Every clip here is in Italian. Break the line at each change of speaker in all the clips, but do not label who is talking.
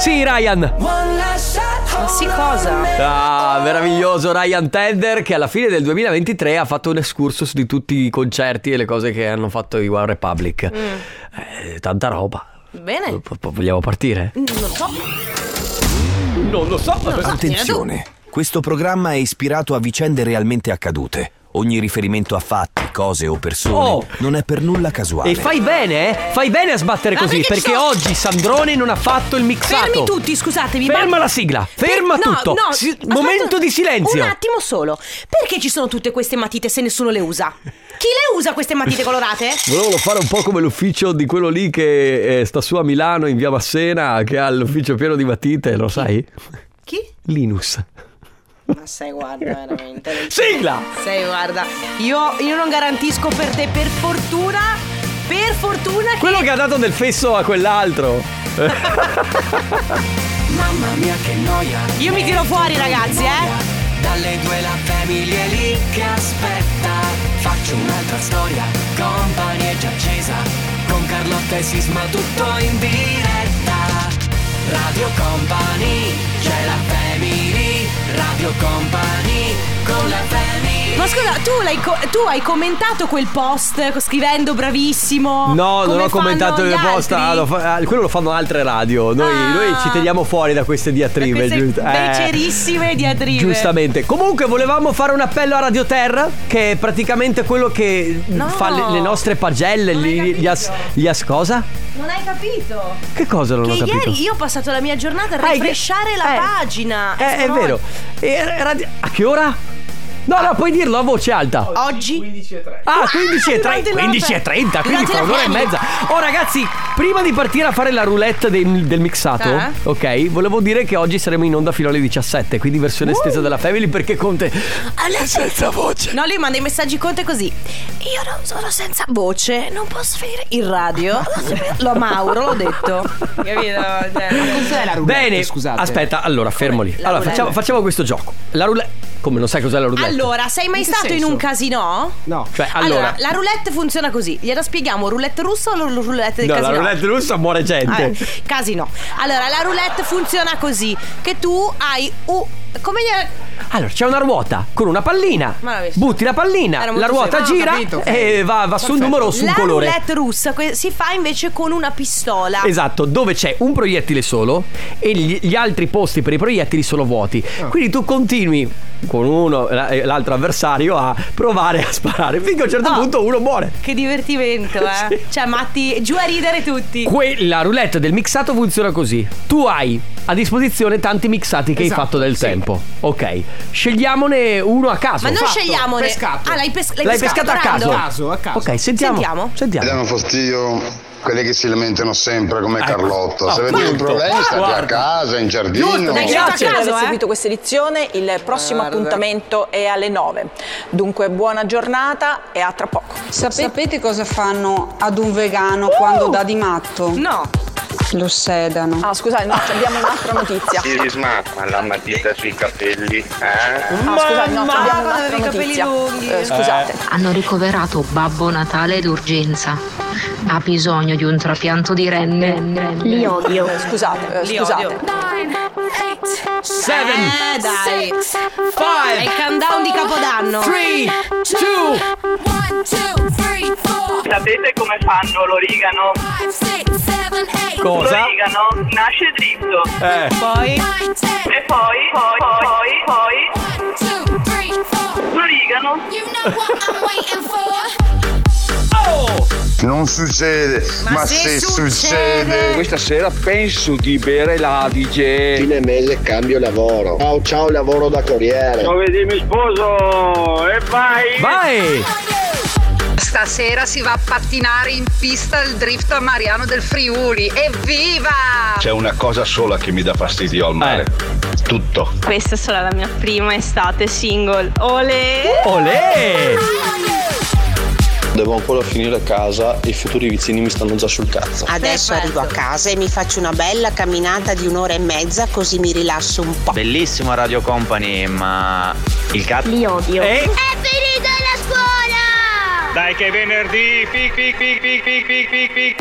Sì, Ryan.
Ma sì cosa?
Ah, meraviglioso Ryan Tedder che alla fine del 2023 ha fatto un excursus di tutti i concerti e le cose che hanno fatto i One Republic.
Mm.
Eh, tanta roba.
Bene.
Po- po- vogliamo partire?
Non lo so.
Non lo so.
Attenzione, questo programma è ispirato a vicende realmente accadute. Ogni riferimento a fatti, cose o persone
Oh!
non è per nulla casuale.
E fai bene, eh? Fai bene a sbattere
Ma
così,
perché
perché,
ci sono-
oggi Sandrone non ha fatto il mixato.
Fermi tutti, scusatemi. ma-
Ferma la sigla, ferma
No,
tutto.
no,
Si-
aspetta
momento
un-
di silenzio.
Un attimo solo. Perché ci sono tutte queste matite se nessuno le usa? Chi le usa queste matite colorate?
Volevo fare un po' come l'ufficio di quello lì che eh, sta su a Milano in via Massena, che ha l'ufficio pieno di matite, lo sai?
Chi?
Linus.
Ma sei guarda, veramente.
Sigla!
Sei guarda. Io, io non garantisco per te, per fortuna. Per fortuna che.
Quello che ha dato del fesso a quell'altro.
Mamma mia che noia,
Io mi tiro fuori, ragazzi, eh.
dalle due la famiglia è lì che aspetta. Faccio un'altra storia, compagnia è già accesa, con Carlotta e Sisma tutto in diretta. Radio Company, c'è la family, Radio Company, con la family.
Ma scusa, tu, l'hai co- tu hai commentato quel post scrivendo bravissimo.
No, non
come
ho commentato
fanno
il
gli
post.
altri?
ah, lo fa- ah, quello lo fanno altre radio. Noi,
Ah.
noi ci teniamo fuori da queste diatribe.
queste
giust- eh,
becerissime diatribe.
Giustamente. Comunque, volevamo fare un appello a Radio Terra, che è praticamente quello che
No.
fa le, le nostre pagelle.
Non hai
Gli, gli as-
capito.
gli as- cosa?
Non hai capito?
Che cosa non
Che
ho capito?
ieri io ho passato la mia giornata a
Ah,
rifresciare
che-
la
eh,
pagina.
Eh, è
Sono-
vero. E radio- a che ora? No, no, puoi dirlo a voce alta.
Oggi?
Ah, 15 e 30,
durante l'ora-
15 e 30 quindi
durante
fra
la
un'ora e
fiamma.
mezza. Oh, ragazzi, prima di partire a fare la roulette dei- del mixato,
Ah.
ok, volevo dire che oggi saremo in onda fino alle 17, quindi versione estesa della Family perché Conte è senza voce.
No, lui manda i messaggi conte così. Io non sono senza voce, non posso finire il radio. Lo Mauro, l'ho detto. Capito?
Certo.
Cioè,
Bene, aspetta, allora fermo lì. Allora,
roulette?
facciamo, facciamo questo gioco. La roulette. Come non sai cos'è la roulette?
allora, sei mai stato in un casino? No.
Cioè,
Allora,
allora.
la roulette funziona così. Gliela spieghiamo roulette russa o la roulette del
No, la
casino?
roulette russa muore gente.
Vabbè, casino. Allora, la roulette funziona così: che tu hai. u- come gli.
Allora, c'è una ruota con una pallina.
Ma l'ho visto.
Butti la pallina,
Era
la
molto
ruota
semplice.
gira
Ah, ho capito.
e va, va su un numero o su un
la
colore.
roulette russa que- si fa invece con una pistola.
Esatto, dove c'è un proiettile solo e gli, gli altri posti per i proiettili sono vuoti. Quindi tu continui con uno e l'altro avversario a provare a sparare finché a un certo
Oh.
punto uno muore.
Che divertimento, eh.
Sì.
Cioè, Matti, giù a ridere tutti.
Que- la roulette del mixato funziona così. Tu hai a disposizione tanti mixati che hai fatto del tempo. Ok, scegliamone uno a caso.
Ma non
Fa-
scegliamone. Ah, l'hai, pes-
L'hai pescato a caso.
Brando?
a caso. Ok, sentiamo.
Sentiamo.
Mi danno fastidio quelli che si lamentano sempre come
Ecco.
Carlotta. Se avete un
appunto,
problema state
Ah, guarda.
a casa, in
Giusto,
giardino.
dai,
Grazie
Grazie.
a casa
Bello, eh?
aver seguito questa edizione, il prossimo appuntamento è alle 9. Dunque buona giornata e a tra poco.
Sapete cosa fanno ad un vegano quando dà di matto?
No.
Lo sedano.
Ah scusate, no, abbiamo un'altra notizia.
Sisma, ma la matita sui capelli, eh?
Ah, scusate, no,
Mamma,
abbiamo
quando
un'altra
avevi i capelli
notizia.
lunghi.
Eh, scusate.
Hanno ricoverato Babbo Natale d'urgenza. Ha bisogno di un trapianto di renne. Li odio.
Eh, Scusate, eh,
Li
scusate.
odio.
Seven,
Eh, dai. È il
five,
countdown di Capodanno.
three, two,
Sapete come fanno l'origano?
cosa?
L'origano nasce dritto
Eh.
Poi.
e poi, poi, poi, poi l'origano
Non succede, ma, se, succede.
Questa sera penso di bere la DJ. Fine mese cambio lavoro. Ciao ciao lavoro da corriere.
Giovedì Oh, mi sposo e vai
Vai!
Stasera si va a pattinare in pista il drift a Mariano del Friuli. Evviva!
C'è una cosa sola che mi dà fastidio al mare. Tutto.
Questa sarà la mia prima estate single. Ole!
Eh, Olè!
Devo ancora finire a casa e i futuri vicini mi stanno già sul cazzo.
Adesso arrivo a casa.
Bellissimo Radio Company, ma il cazzo
Li odio.
E
Dai che venerdì pic pic pic pic pic pic pic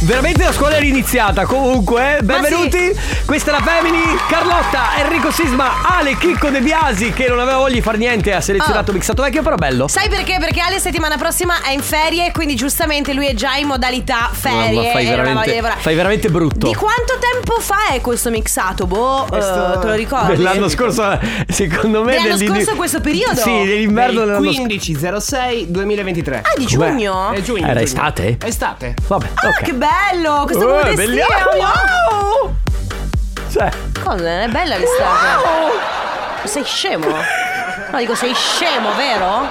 Veramente la scuola è iniziata. Comunque, eh? benvenuti. Questa è la Family. Carlotta, Enrico Sisma, Ale, Chicco De Biasi, che non aveva voglia di far niente, ha
Oh.
selezionato Mixato Vecchio, però bello.
Sai perché? Perché Ale settimana prossima è in ferie, quindi giustamente lui è già in modalità ferie
Mamma, fai
e non ha voglia di
veramente,
lavorare.
fai veramente brutto.
Di quanto tempo fa è questo mixato? Boh, eh, te lo ricordi?
L'anno scorso, secondo me.
Dell'anno scorso a questo periodo?
Sì, dell'inverno
Del
dell'anno scorso.
1506 2023.
Ah, di
Com'è?
giugno?
È giugno.
Era
giugno.
estate?
Estate.
Vabbè,
Ah,
Eh, ok.
che bello! Questo
Oh,
come
bellissimo.
Wow!
Cioè,
Cosa? È bella l'estate. Sei scemo? No, dico sei scemo, vero?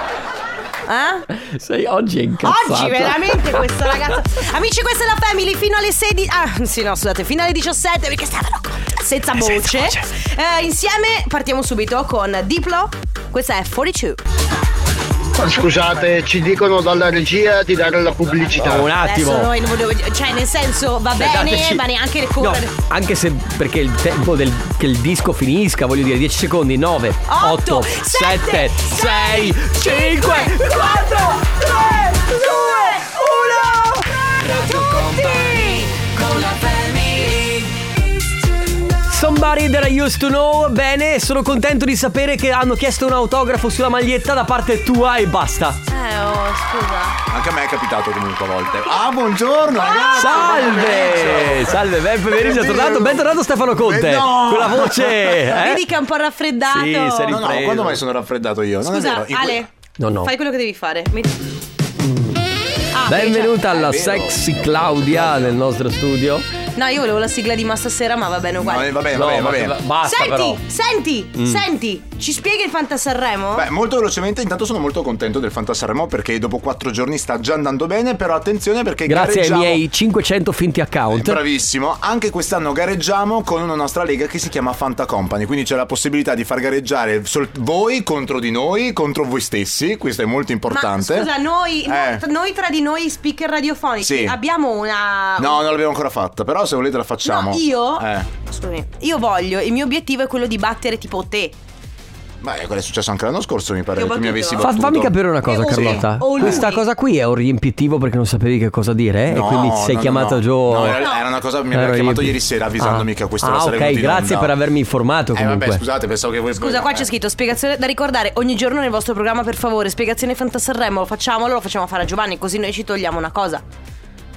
Eh?
sei oggi è incazzato.
Oggi veramente questa ragazza. Amici, questa è la family fino alle 16. Ah, sì, no, scusate, fino alle 17 perché stavano con- senza voce. Eh, insieme partiamo subito con Diplo. Questa è 42.
Scusate, ci dicono dalla regia di dare la pubblicità.
Oh, un attimo.
Adesso noi non volevo. Cioè, nel senso, va
Cioè,
bene,
dateci-
ma neanche le
No,
correre.
anche se perché il tempo del, che il disco finisca, voglio dire 10 secondi, 9, 8, 7, 6, 5, 4, 3, 2, 1.
Con la family
Somebody that I used to know, bene, sono contento di sapere che hanno chiesto un autografo sulla maglietta da parte tua e basta.
Eh, oh, scusa.
Anche a me è capitato comunque a volte. Ah, buongiorno ragazzi!
Salve! Salve, ben benvenuto, tornato, bentornato Stefano Conte.
no!
Con la voce. eh?
Vedi che è un po' raffreddato.
Sì, sei ripreso.
No, no, quando mai sono raffreddato io? Non è
Scusa,
vero. In que-
Ale.
No, no.
Fai quello che devi fare. Mi- Ah,
Benvenuta alla
Eh, vero.
sexy Claudia nel nostro studio.
cioè, No, io volevo la sigla di ma stasera, ma va bene uguale.
No, eh, va bene, va No, bene, va ma- bene. ma- basta,
senti,
però.
senti,
Mm.
senti, ci spieghi il Fantasarremo?
Beh, molto velocemente, intanto sono molto contento del Fantasarremo perché dopo quattro giorni sta già andando bene, però attenzione perché
Grazie ai
gareggiamo...
miei 500 finti account.
Bravissimo, anche quest'anno gareggiamo con una nostra lega che si chiama Fanta Company, quindi c'è la possibilità di far gareggiare sol- voi contro di noi, contro voi stessi, questo è molto importante.
Ma scusa, noi, no,
Eh.
tra- noi tra di noi speaker radiofonici
Sì.
abbiamo una...
No, non l'abbiamo ancora fatta, però se volete la facciamo.
No, io-
Eh.
Scusami, io voglio, il mio obiettivo è quello di battere tipo te.
Ma eh, quello è successo anche l'anno scorso, mi pare
Ti ho
che tu mi
battuto.
avessi
Fa-
battuto.
fammi capire una cosa,
Sì.
Carlotta.
O lui.
Questa cosa qui è un riempitivo perché non sapevi che cosa dire. eh?
No,
e quindi ti sei
no,
chiamata
no.
giù.
No, era- era una cosa- mi aveva
Ero
chiamato
riempi-
ieri sera avvisandomi
Ah.
che a quest'ora
Ah,
saremmo
ok,
in
grazie
onda.
per avermi informato.
Eh
Comunque.
vabbè, scusate, pensavo che voi
Scusa, qua c'è scritto spiegazione da ricordare ogni giorno nel vostro programma, per favore. Spiegazione Fantasarremo, lo facciamolo, lo facciamo fare a Giovanni, così noi ci togliamo una cosa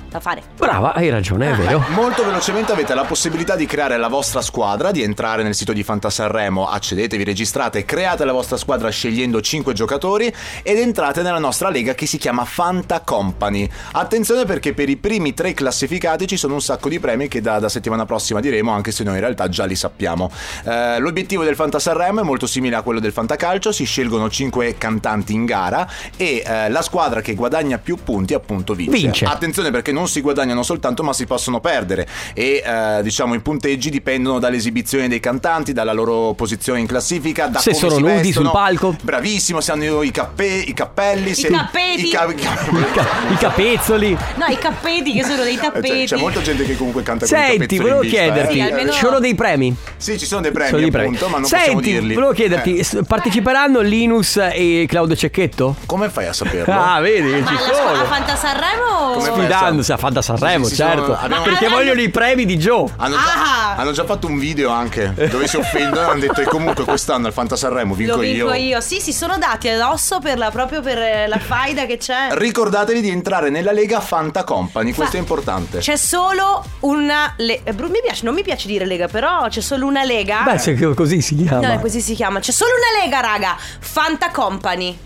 da fare.
Brava, hai
Ah,
ragione, è vero.
Molto velocemente avete la possibilità di creare la vostra squadra, di entrare nel sito di Fantasarremo, accedetevi, registrate, create la vostra squadra scegliendo 5 giocatori ed entrate nella nostra lega che si chiama Fanta Company. Attenzione perché per i primi tre classificati ci sono un sacco di premi che da, da settimana prossima diremo, anche se noi in realtà già li sappiamo. Eh, l'obiettivo del Fantasarremo è molto simile a quello del Fantacalcio, si scelgono 5 cantanti in gara e eh, la squadra che guadagna più punti appunto vince.
Vince.
Attenzione perché non si guadagnano soltanto ma si possono perdere e eh, diciamo i punteggi dipendono dall'esibizione dei cantanti, dalla loro posizione in classifica, da
Se
come
sono
si
nudi
vestono.
sul palco.
Bravissimo, se hanno i, cappe- i cappelli, se
tappeti.
i ca- i ca-
I capezzoli.
No, i cappeti che sono dei
Cioè,
tappeti.
c'è molta gente che comunque canta con i
Senti,
capezzoli in
volevo
vista, eh.
chiederti,
Sì, almeno-
ci sono dei premi?
Sì, ci sono dei premi,
Sono dei
appunto, ma non
Senti,
possiamo dirli.
volevo chiederti,
Eh.
s- parteciperanno Linus e Claudio Cecchetto?
Come fai a saperlo?
Ah, vedi,
Ma
ci
alla scuola
sono.
Fantasarremo?
Sfidandosi a Fanta Sanremo,
Sì, sì, sì,
certo.
sono- abbiamo-
Perché
Ma-
vogliono i premi di Joe.
Hanno già, hanno già fatto un video anche dove si offendono e hanno detto e comunque quest'anno al Fantasarremo vinco,
Lo vinco io. Sì, si sono dati addosso per la, proprio per eh, la faida che c'è.
Ricordatevi di entrare nella Lega Fanta Company, questo
Fa-
è importante.
C'è solo una. le- eh, Bru- mi piace, non mi piace dire lega, però c'è solo una
Ah.
lega.
Beh, se così si chiama.
No, così si chiama. C'è solo una lega, raga. Fanta Company.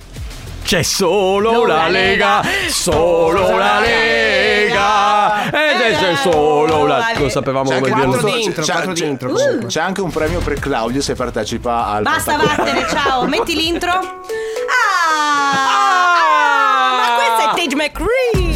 C'è solo una lega, solo la lega. Ed c'è solo una. Lo sapevamo
C'è
come
anche
dirlo.
un- c'è- c'è-
comunque.
c'è anche un premio per Claudio se partecipa al
Basta,
Fanta Company.
vattene, ciao. Metti l'intro. Ah, ah, ma questa è Tate McCree.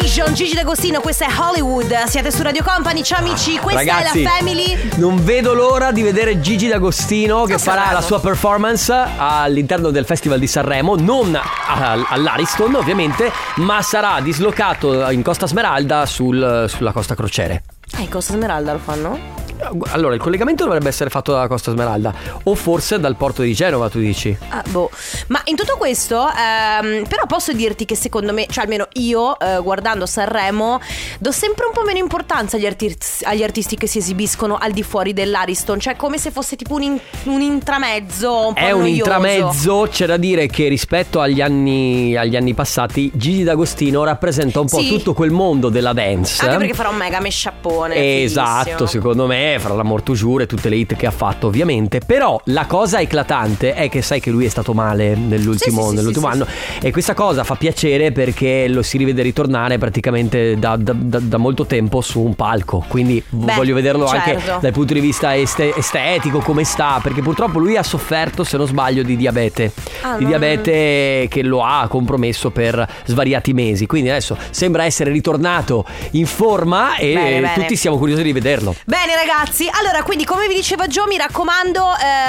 Vision, Gigi D'Agostino, questa è Hollywood. Siete su Radio Company, ciao amici. Questa
Ragazzi,
è la Family.
non vedo l'ora di vedere Gigi D'Agostino che farà la sua performance all'interno del Festival di Sanremo, non al- all'Ariston ovviamente, ma sarà dislocato in Costa Smeralda sul- sulla Costa Crociere.
Ah, in Costa Ecco, Smeralda lo fanno?
Eh, Allora, il collegamento dovrebbe essere fatto dalla Costa Smeralda o forse dal porto di Genova, tu dici?
Ah, boh. Ma in tutto questo, ehm, però posso dirti che secondo me, cioè almeno io eh, guardando Sanremo, do sempre un po' meno importanza agli, artisti- agli artisti che si esibiscono al di fuori dell'Ariston, cioè come se fosse tipo un, in- un intramezzo un po'
È un
noioso.
intramezzo, c'è da dire che rispetto agli anni, agli anni passati, Gigi D'Agostino rappresenta un po'
Sì.
tutto quel mondo della dance. eh?
Anche perché farà un mega mesciappone.
Esatto, secondo me, fra la Mortujure e tutte le hit che ha fatto, ovviamente. Però la cosa eclatante è che sai che lui è stato male
Sì,
nell'ultimo,
sì, sì,
nell'ultimo
sì,
anno. E questa cosa fa piacere perché lo si rivede ritornare praticamente da, da- da- da molto tempo su un palco. Quindi v-
Beh,
voglio vederlo anche
certo.
dal punto di vista este- estetico, come sta. Perché purtroppo lui ha sofferto, se non sbaglio, di diabete.
Ah,
di
non-
diabete che lo ha compromesso per svariati mesi. Quindi adesso sembra essere ritornato in forma e
Bene,
eh,
bene.
tutti siamo curiosi di vederlo.
Bene ragazzi, allora quindi come vi diceva Gio, mi raccomando,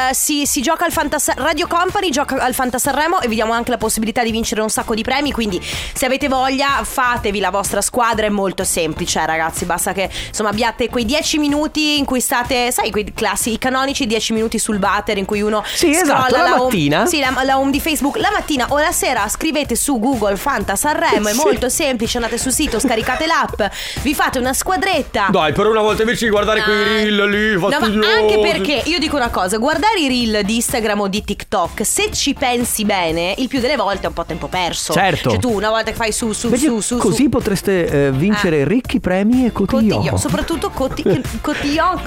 eh, si, si gioca al Fantas- Radio Company, gioca al Fantasarremo e vi diamo anche la possibilità di vincere un sacco di premi, quindi se avete voglia fatevi la vostra squadra, è molto semplice eh, ragazzi, basta che insomma abbiate quei 10 minuti in cui state, sai, quei classi, i canonici 10 minuti sul batter in cui uno...
Sì, esatto,
scrolla
la
home-
mattina.
sì, la, la home di Facebook, la mattina o la sera scrivete su Google Fantasarremo, è
Sì.
molto semplice, andate sul sito, scaricate l'app, vi fate una squadretta.
Dai, per una volta invece di guardare quei reel lì,
Ah, No, ma
fastidiosi.
anche perché io dico una cosa: guardare i reel di Instagram o di TikTok, se ci pensi bene, il più delle volte è un po' tempo perso.
Certo.
Cioè, tu una volta che fai su, su,
Invece
su, Ah. su.
così
su-
potreste eh, vincere ricchi premi e cotillon.
Cotillon, soprattutto coti- cotillon.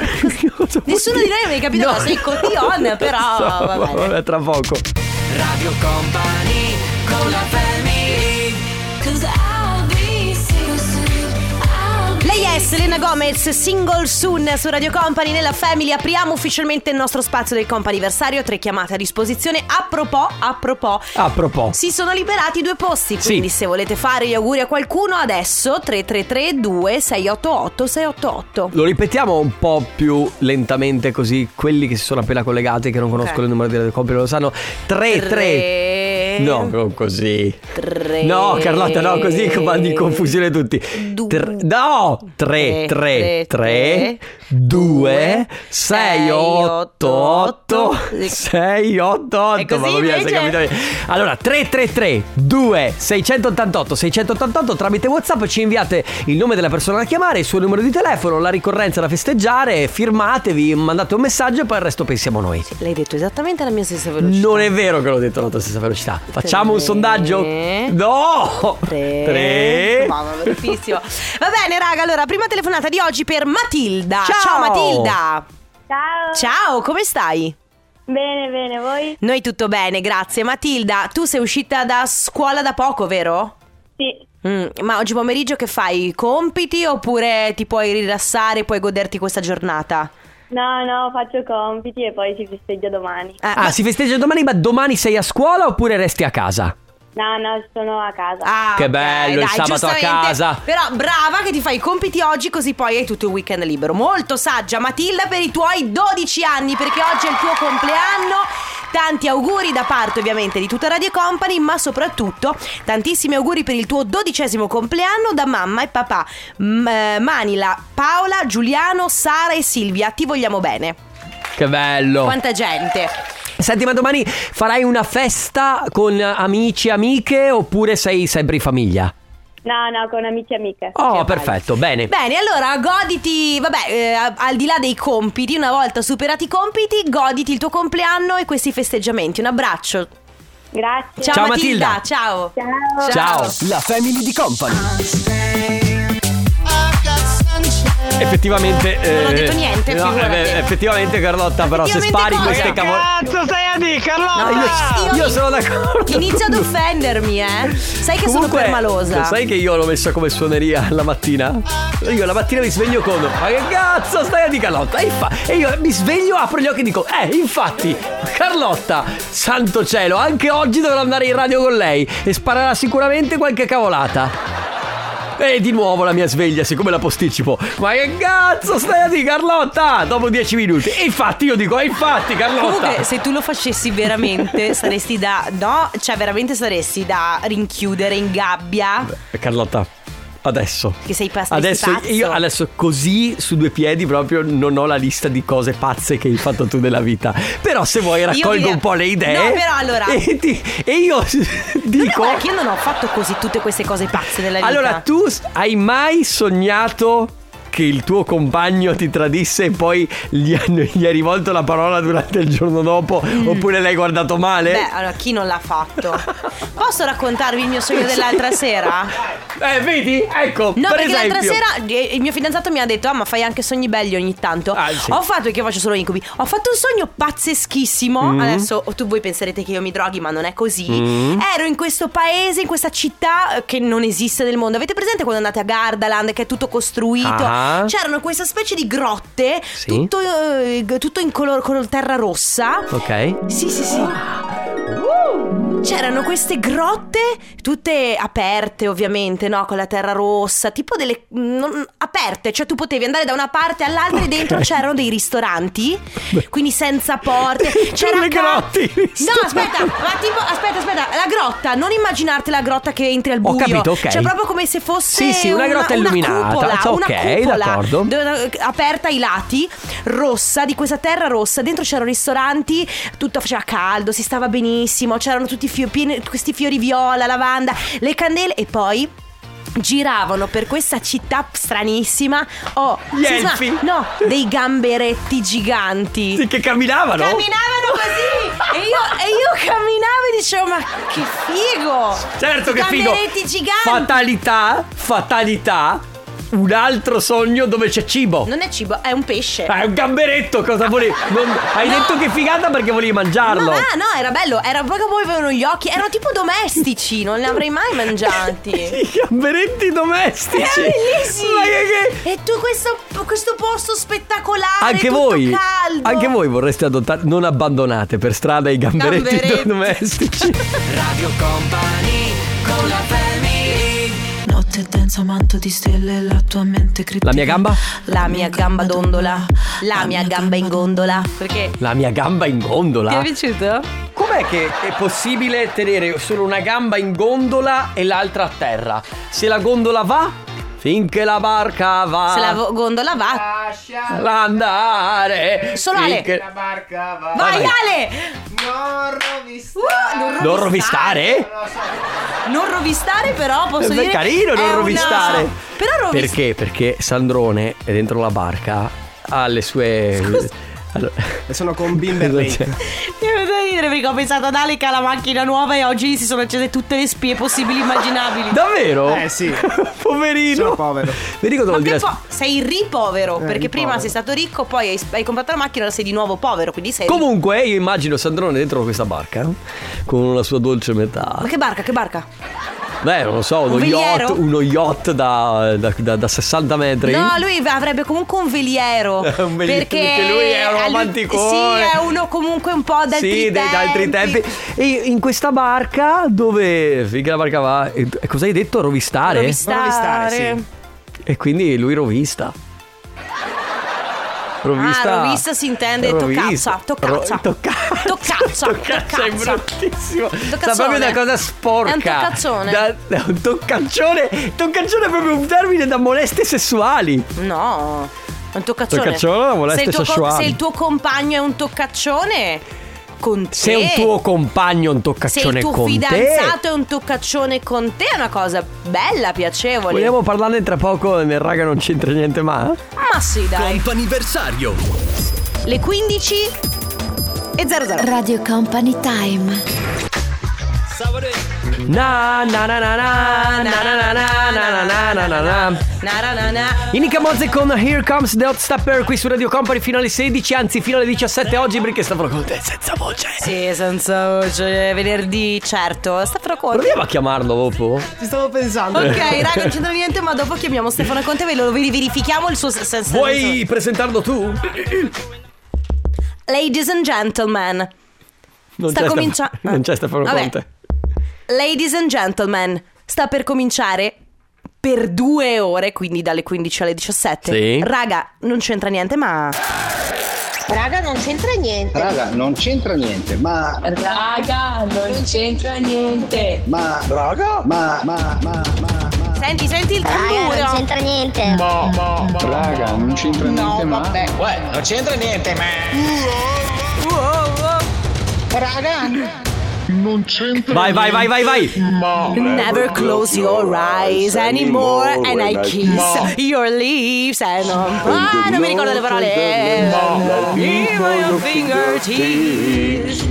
Nessuno di noi aveva capito cosa è cotillon, però. vabbè.
vabbè, tra poco.
Radio Company con la family Cause I'll be single soon I'll be
Lei è Selena Gomez, single soon su Radio Company nella Family. Apriamo ufficialmente il nostro spazio del companiversario. Tre chiamate a disposizione. A propos, a propos,
A proposito.
Si sono liberati due posti, quindi se volete fare gli auguri a qualcuno adesso 333 2688 688.
Lo ripetiamo un po' più lentamente così quelli che si sono appena collegati che non conoscono il numero del compito lo sanno. 3 3
Tre.
No, non così.
Tre.
No, Carlotta, no, così comandi in confusione tutti. Tre- no! 3 3
tre,
3 2 6
sei,
8
otto,
8
otto.
6 8 8 Mamma mia, sei
invece?
capito bene. Allora 333 2 688 688 tramite WhatsApp ci inviate il nome della persona da chiamare, il suo numero di telefono, la ricorrenza da festeggiare, firmatevi, mandate un messaggio e poi il resto pensiamo noi.
L'hai detto esattamente alla mia stessa velocità.
Non è vero che l'ho detto alla tua stessa velocità. Facciamo un
Tre.
sondaggio. No! 3 3
Mamma, velocissimo. Va bene, raga, allora, prima telefonata di oggi per Matilda.
Ciao.
Matilda.
Ciao.
Ciao, come stai?
Bene, bene, voi?
Noi tutto bene, grazie. Matilda, tu sei uscita da scuola da poco, vero?
Sì.
Mm, ma oggi pomeriggio che fai? Compiti oppure ti puoi rilassare, puoi goderti questa giornata?
No, no, faccio compiti e poi si festeggia domani.
Eh,
Ah, si festeggia domani, ma domani sei a scuola oppure resti a casa?
No, no, sono a casa.
Ah,
Che
ok,
bello il
dai,
sabato a
giustamente.
casa.
Però brava che ti fai i compiti oggi così poi hai tutto il weekend libero. Molto saggia Matilda per i tuoi 12 anni perché oggi è il tuo compleanno. Tanti auguri da parte ovviamente di tutta Radio Company, ma soprattutto tantissimi auguri per il tuo dodicesimo compleanno da mamma e papà. M- eh, Manila, Paola, Giuliano, Sara e Silvia, ti vogliamo bene.
Oh. Che bello.
Quanta gente.
Senti, ma domani farai una festa con amici, amiche oppure sei sempre in famiglia?
No, no, con amici e amiche.
Oh, perfetto, bene.
Bene, allora goditi, vabbè, eh, a- al di là dei compiti, una volta superati i compiti, goditi il tuo compleanno e questi festeggiamenti. Un abbraccio.
Grazie.
Ciao,
Ciao,
Matilda.
Matilda.
Ciao.
Ciao.
Ciao. La family di company. Effettivamente.
Non ho detto niente,
no,
figurati.
eh, effettivamente, Carlotta, però se
Effettivamente
spari
cosa?
queste cavolate.
cazzo stai a dire, Carlotta?
io, io sono d'accordo.
Inizio ad offendermi, eh. Sai che sono
Comunque,
permalosa.
Lo sai che io l'ho messa come suoneria la mattina? Io la mattina mi sveglio con. Ma che cazzo stai a di Carlotta? E, infa- e io mi sveglio, apro gli occhi e dico: Eh, infatti, Carlotta, santo cielo, anche oggi dovrò andare in radio con lei e sparerà sicuramente qualche cavolata. E di nuovo la mia sveglia, siccome la posticipo. Ma che cazzo stai a di Carlotta? Dopo dieci minuti. E infatti io dico, e infatti Carlotta.
Comunque, se tu lo facessi veramente, saresti da. No, cioè, veramente saresti da rinchiudere in gabbia.
Carlotta, Adesso.
Che sei pas-
Adesso,
pazzo.
io adesso così su due piedi proprio non ho la lista di cose pazze che hai fatto tu nella vita. Però se vuoi raccolgo
vi-
un po' le idee.
No, però allora-
E, ti- e io dico...
Guarda che io non ho fatto così tutte queste cose pazze della vita.
Allora, tu s- hai mai sognato che il tuo compagno ti tradisse e poi gli, hanno- gli hai rivolto la parola durante il giorno dopo? Oppure l'hai guardato male?
Mm. Beh, allora chi non l'ha fatto? Posso raccontarvi il mio sogno dell'altra sera?
Eh, vedi? Ecco,
No,
per
perché l'altra
esempio.
sera eh, il mio fidanzato mi ha detto: Ah, ma fai anche sogni belli ogni tanto.
Ah, sì.
Ho fatto, perché io faccio solo incubi. Ho fatto un sogno pazzeschissimo.
Mhm.
Adesso oh, tu voi penserete che io mi droghi, ma non è così.
Mhm.
Ero in questo paese, in questa città eh, che non esiste nel mondo. Avete presente quando andate a Gardaland, che è tutto costruito?
Ah.
C'erano questa specie di grotte,
Sì. Mm.
tutto, eh, tutto in color, color terra rossa.
Ok.
Sì, sì, sì. C'erano queste grotte, tutte aperte ovviamente, no? Con la terra rossa, tipo delle... non- aperte, cioè tu potevi andare da una parte all'altra e dentro c'erano dei ristoranti, quindi senza porte. C'era
le grotte, i
No, aspetta, ma tipo, aspetta, aspetta, la grotta, non immaginarti la grotta che entri al buio.
capito, ok.
Cioè proprio come se fosse...
Sì, sì, una grotta illuminata,
cupola,
so,
una
ok,
cupola,
d'accordo.
dove- aperta ai lati, rossa, di questa terra rossa. Dentro c'erano ristoranti, tutto faceva caldo, si stava benissimo, c'erano tutti i fio- pieni- questi fiori viola, lavanda, le candele e poi... Giravano per questa città stranissima. Oh,
Gli
si chiama-
elfi?
No, dei gamberetti giganti.
Sì, che camminavano?
Camminavano così! e, io, e io camminavo e dicevo, ma che figo!
Certo che figo.
Gamberetti giganti!
Fatalità, fatalità. Un altro sogno dove c'è cibo.
Non è cibo, è un pesce.
Ah, è un gamberetto, cosa volevi? non- hai detto che figata perché volevi mangiarlo.
Ma va, no, era bello, era proprio come avevano gli occhi, erano tipo domestici, non li avrei mai mangiati.
I gamberetti domestici.
Era bellissimo!
Ma che- che-
E tu questo, questo posto spettacolare,
Anche
tutto
voi,
caldo.
anche voi vorreste adottare, non abbandonate per strada i gamberetti,
Gamberetti.
domestici.
Radio Company con la family
Notte densa, manto di stelle, la tua mente critica.
La mia gamba?
La mia gamba dondola, la mia gamba in gondola. Perché
La mia gamba in
ti è
gondola.
piaciuto?
Com'è che è possibile tenere solo una gamba in gondola e l'altra a terra? Se la gondola va, finché la barca va.
Se la vo- gondola va.
andare.
Solo Ale.
finché-
Vai,
Vai, vai.
Ale! Uh, non
Non rovistare?
Non rovistare, però posso
Beh,
dire.
carino non
è una-
rovistare.
Però rovistare.
Perché? Perché Sandrone è dentro la barca, ha le sue. Allora...
Sono con Bimber Lake.
Mi è venuto da ridere perché ho pensato ad Ale che ha la macchina nuova e oggi si sono accese tutte le spie possibili e immaginabili.
Davvero?
Eh sì.
Poverino.
Sono povero.
Vedi cosa
Ma
vuol dire?
che po- sei ripovero perché prima
ripovero.
sei stato ricco, poi hai, hai comprato la macchina e ora sei di nuovo povero, quindi sei
Comunque, io immagino Sandrone dentro questa barca con la sua dolce metà.
Ma che barca, che barca?
Beh, non lo so, uno
Un veliero?
yacht, uno yacht da, da- da- da 60 metri.
No, lui avrebbe comunque un veliero.
Un veliero,
perché,
perché lui è un
eh,
romanticone.
Sì, è uno comunque un po' d'altri
sì, dei-
tempi.
da altri tempi. E in questa barca dove finché la barca va, e e cosa hai detto? Rovistare?
Rovistare.
sì.
E quindi lui rovista.
Ah, rovista si intende
Rovista.
toccazza,
Ro-
toccazza.
toccazza.
Toccazza,
Toccazza è
toccazza.
bruttissimo. Sta
Toccazzone.
proprio una cosa sporca.
È un toccazzone.
Da- da un toccaccione. Toccaccione è proprio un termine da moleste sessuali.
No, è un toccaccione.
Toccaccione la molestia
se il, tuo co-
sessuale.
se il tuo compagno è un toccaccione, con te.
Se un tuo compagno è un
Se il
toccaccione
tuo
con
fidanzato
te.
è un toccaccione con te, è una cosa bella, piacevole.
Vogliamo parlarne tra poco nel raga non c'entra niente ma?
Ma sì, dai.
Comp'anniversario.
Le 15 e 00. Radio Company Time.
Na na na na na na na na na na na na na na
Na, na, na, na.
Inica Mozze con Here Comes the Hot Stepper qui su Radio Company fino alle 16, anzi fino alle 17 oggi perché stavano con te senza voce.
Sì, senza voce, venerdì, certo. Stefano Conte.
Proviamo a chiamarlo dopo.
Ci stavo pensando.
Ok, raga, non c'entra niente, ma dopo chiamiamo Stefano Conte e lo ver- verifichiamo il suo s- s- senso.
Vuoi presentarlo tu?
Ladies and gentlemen.
Non
Sta
c'è Stefano-
cominciando-
Non c'è Stefano
Vabbè.
Conte.
Ladies and gentlemen, sta per cominciare per due ore, quindi dalle 15 alle 17.
Sì.
Raga, non c'entra niente, ma.
Raga, non c'entra niente.
Raga, non c'entra niente, ma.
Raga, non c'entra niente.
Ma. Raga? Ma, ma, ma, ma.
Senti, senti il tamburo. non c'entra niente.
Ma, ma, ma. Raga, non c'entra niente, ma.
vabbè.
Uè, non c'entra niente, ma.
Raga,
Non c'entra
Vai, vai, vai, vai, vai.
Never close your eyes anymore and I kiss your lips and Ah, non mi ricordo le Eh, parole. Give me your fingertips.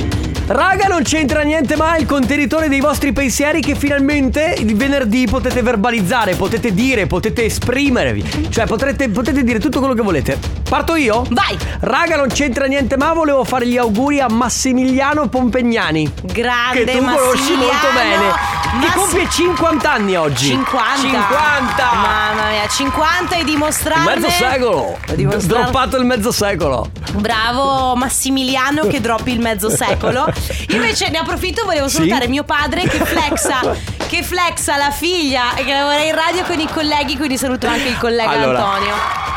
Raga, non c'entra niente ma è il contenitore dei vostri pensieri che finalmente il venerdì potete verbalizzare, potete dire, potete esprimervi. Cioè potrete, potete dire tutto quello che volete. Parto io?
Vai!
Raga, non c'entra niente ma volevo fare gli auguri a Massimiliano Pompegnani.
Grande
Che tu conosci
Massimiliano.
molto bene. Che
Massi-
compie 50 anni oggi.
50
50!
Mamma mia 50 e dimostrarne
Mezzo secolo!
dimostrare-
Droppato il mezzo secolo.
Bravo Massimiliano che droppi il mezzo secolo. Io invece ne approfitto, volevo
Sì?
salutare mio padre che flexa, che flexa la figlia e che lavora in radio con i colleghi, quindi saluto anche il collega
Allora.
Antonio.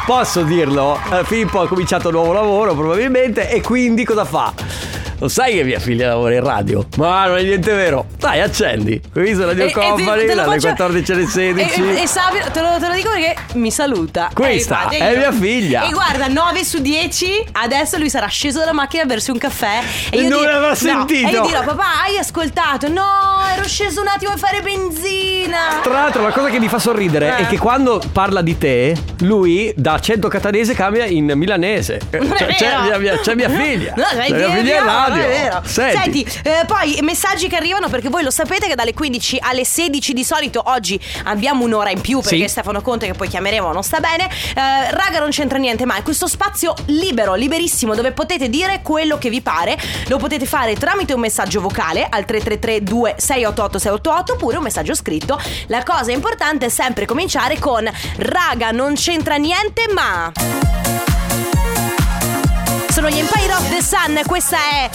Posso dirlo? Eh, Filippo ha cominciato un nuovo lavoro probabilmente e quindi cosa fa? Lo sai che mia figlia lavora in radio? Ma non è niente vero. Dai, accendi. Qui sono Radio
E- e te-
Company
Eh, te lo
dalle
faccio- Eh,
14 alle 16.
E, e Sabino, te lo, te lo dico perché mi saluta.
Questa
Eh, infatti,
è
io-
mia figlia.
E guarda, 9 su 10, adesso lui sarà sceso dalla macchina a bersi un caffè. E io
Non
dir-
l'avrà
no,
sentito.
E io dirò, papà, hai ascoltato? No, ero sceso un attimo a fare benzina.
Tra l'altro la cosa che mi fa sorridere
Eh.
è che quando parla di te, lui da accento catanese cambia in milanese.
Non è
Cioè, c'è,
vero.
mia, mia- c'è mia figlia.
No, dai,
C'è mia
via,
figlia in
via, non
radio.
è vero.
Senti.
Senti, eh, poi messaggi che arrivano perché voi lo sapete che dalle 15 alle 16 di solito oggi abbiamo un'ora in più perché
Sì.
Stefano Conte che poi chiameremo non sta bene. Eh, raga non c'entra niente, ma è questo spazio libero, liberissimo dove potete dire quello che vi pare. Lo potete fare tramite un messaggio vocale al 333 2688 688 oppure un messaggio scritto. La cosa importante è sempre cominciare con raga non c'entra niente, ma sono gli Empire of the Sun, questa è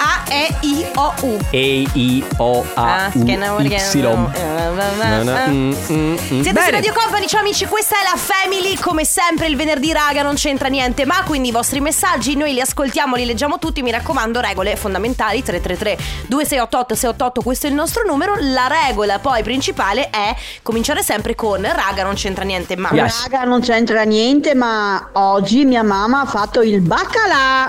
A-E-I-O-U.
E-I-O-A.
Ah, che non- che non-
Na, na, mm, mm, mm.
Siete su
Bene.
Radio Company, ciao amici, questa è la Family, come sempre il venerdì raga non c'entra niente, ma quindi i vostri messaggi noi li ascoltiamo, li leggiamo tutti, mi raccomando regole fondamentali 333 2688 688, questo è il nostro numero, la regola poi principale è cominciare sempre con raga non c'entra niente, ma...
Raga, non c'entra niente, ma oggi mia mamma ha fatto il
Uh!
baccalà.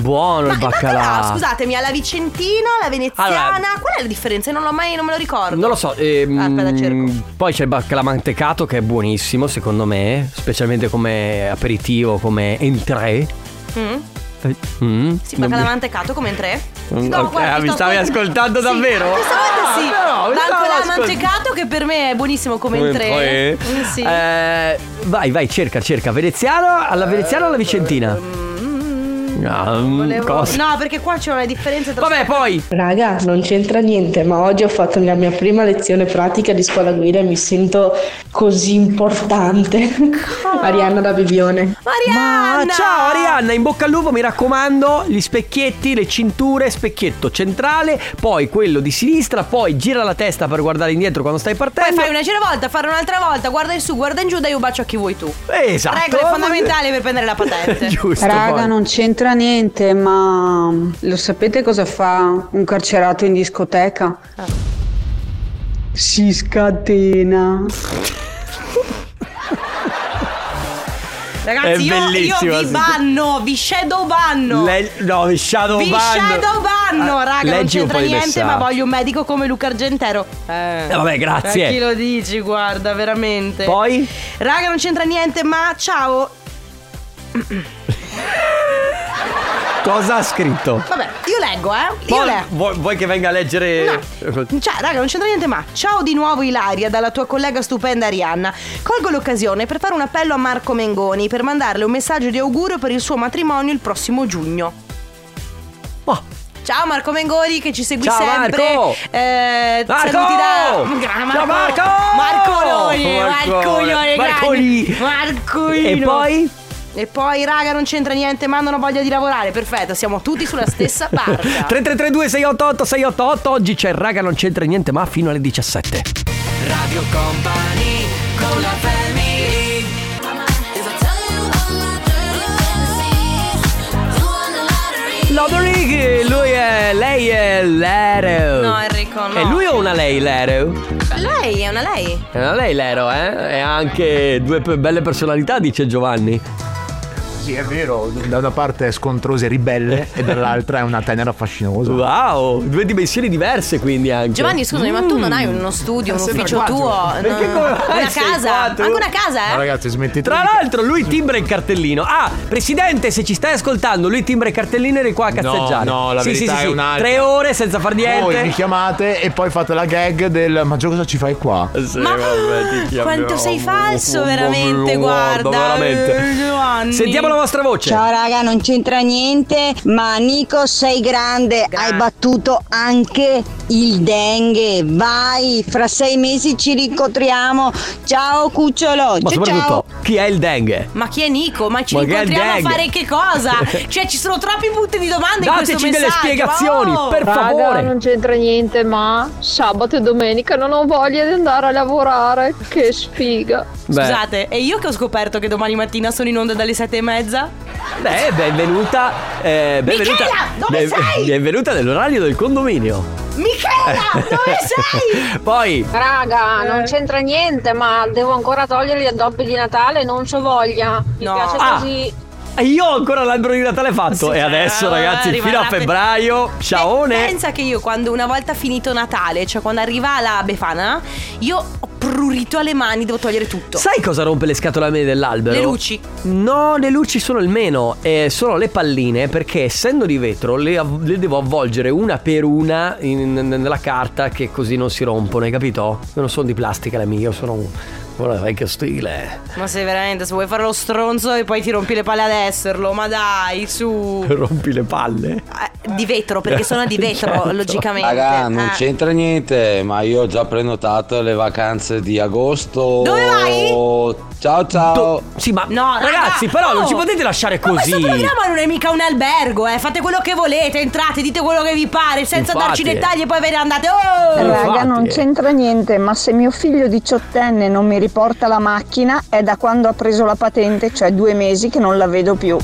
Buono il baccalà.
Ah, scusatemi, alla Vicentina, alla Veneziana, qual è la differenza? Non l'ho mai, non me lo ricordo.
Non lo so, ehm,
Aspetta,
poi c'è il baccalà mantecato che è buonissimo secondo me, specialmente come aperitivo, come entrée.
Mm?
Eh, Mm.
Sì, baccalà mantecato come in tre?
Mm,
No,
ok,
guarda,
ah,
ti
mi
sto
stavi ascoltando
Sì,
davvero?
Questa volta
Ah,
sì.
però, mi stavo
baccalà
ascolt-
mantecato che per me è buonissimo come in tre.
Come
Mm, sì.
Eh, vai, vai, cerca, cerca. Veneziana, alla veneziana o alla vicentina? Ah, mm,
Volevo-
cosa?
No, perché qua c'è una differenza tra
Vabbè, poi.
Raga, non c'entra niente, ma oggi ho fatto la mia prima lezione pratica di scuola guida e mi sento così importante. Arianna da Bibione.
Arianna! ciao Arianna, in bocca al lupo, mi raccomando, gli specchietti, le cinture, specchietto centrale, poi quello di sinistra, poi gira la testa per guardare indietro quando stai
Poi
partendo.
fai una giravolta, fare un'altra volta, guarda in su, guarda in giù, dai un bacio a chi vuoi tu.
Esatto.
Regole fondamentali per prendere la patente.
Giusto.
Raga,
poi.
non c'entra niente, ma lo sapete cosa fa un carcerato in discoteca? Si scatena.
È
Ragazzi, io, io
bellissima,
vi
sì.
banno, vi shadow banno.
Le- no, il shadow
vi
ban.
shadow banno,
Ah,
raga, non
leggi un
c'entra
po' di
niente, ma
messaggi.
voglio un medico come Luca Argentero. Eh,
Eh, vabbè, grazie.
A chi lo dici, guarda, veramente.
Poi?
Raga, non c'entra niente, ma ciao.
Cosa ha scritto?
Vabbè, io leggo, eh. Io
Poi-
leggo.
vuoi, vuoi che venga a leggere?
Cioè, raga, non c'entra niente, ma ciao di nuovo Ilaria dalla tua collega stupenda Arianna. Colgo l'occasione per fare un appello a Marco Mengoni per mandarle un messaggio di augurio per il suo matrimonio il prossimo giugno. Ciao Marco Mengoni che ci segui
Ciao,
sempre.
Marco!
Eh,
Marco!
Saluti da
Ciao, Marco!
Marcolone,
Marcone,
Marcolone, grande.
Marconi!
Marcolino.
E poi?
E poi, raga, non c'entra niente, ma non ho voglia di lavorare. Perfetto, siamo tutti sulla stessa barca.
3332 688 688 Oggi c'è raga non c'entra niente ma fino alle 17
Radio Company con la family.
Lottery che lui è lei è l'ereo
No, Enrico, no.
È lui o una lei l'ereo?
Lei, lei, è una lei.
Eh, non lei l'ero, eh? E ha anche due pe- belle personalità, dice Giovanni.
Sì, è vero, da una parte è scontrosa e ribelle
Eh.
e dall'altra è una tenera fascinosa.
Wow, due dimensioni diverse quindi anche.
Giovanni, scusami, ma tu non hai uno studio, un
Eh, Sembra
ufficio
quattro.
tuo?
Perché
no,
come mai
una
Eh, sei
casa?
quattro?
Anche una casa, eh?
ragazzi, smettete. Tra l'altro, lui timbra il cartellino. Ah, presidente, se ci stai ascoltando, lui timbra il cartellino e eri qua a cazzeggiare.
No, no, la
sì,
verità
sì, sì,
è
sì.
un'altra.
Tre ore senza far niente.
Voi mi chiamate e poi fate la gag del ma Gio cosa ci fai qua?
Ma Eh, vabbè, ti
Quanto sei falso, veramente, guarda. eh, Giovanni.
vostra voce.
Ciao raga, non c'entra niente, ma Nico sei grande, hai battuto anche il dengue. Vai, fra sei mesi ci rincontriamo. Ciao cucciolo.
Ma
ciao ciao.
soprattutto, chi è il dengue?
Ma chi è Nico? Ma ci
Ma che
incontriamo a
gag.
fare che cosa? cioè, ci sono troppi punti di domanda in
Dateci
questo
delle
messaggio.
spiegazioni,
Oh!
per favore.
non c'entra niente, ma sabato e domenica non ho voglia di andare a lavorare. Che sfiga.
Scusate, e io che ho scoperto che domani mattina sono in onda dalle sette e mezza?
Beh, benvenuta. eh, benvenuta.
Michela, dove sei? Ah,
Benvenuta nell'orario del condominio.
Eh.
Michela,
dove sei? Poi,
Raga, non c'entra niente, ma devo ancora togliere gli addobbi di Natale, non c'ho voglia. Mi piace
Ah.
così.
io ho ancora l'albero di Natale fatto. e adesso, ragazzi, fino
rimarrà
a
per- Eh,
febbraio. Ciaone.
Pensa che io quando una volta finito Natale, cioè quando arriva la Befana, io ho prurito alle mani, devo togliere tutto.
Sai cosa rompe le scatole a me dell'albero?
Le luci.
No, le luci sono il meno, eh, sono le palline perché essendo di vetro le, av- le devo avvolgere una per una in- nella carta che così non si rompono, hai capito? Io non sono di plastica le mie, io sono un... Guarda, vecchio stile.
Ma se veramente, se vuoi fare lo stronzo e poi ti rompi le palle ad esserlo, ma dai, su.
Rompi le palle.
Eh, Di vetro, perché sono di vetro,
Certo.
logicamente.
Ah.
Raga, non
Eh.
c'entra niente, ma io ho già prenotato le vacanze di agosto.
Dove vai?
Ciao ciao.
sì, ma
No, raga,
ragazzi, però non
oh.
ci potete lasciare
Ma
così.
questo programma non è mica un albergo, eh. Fate quello che volete, entrate, dite quello che vi pare, senza
Infatti.
darci dettagli e poi ve ne andate. Oh!
Eh, Raga, non c'entra niente, ma se mio figlio diciottenne non mi riporta la macchina è da quando ha preso la patente, cioè due mesi che non la vedo più.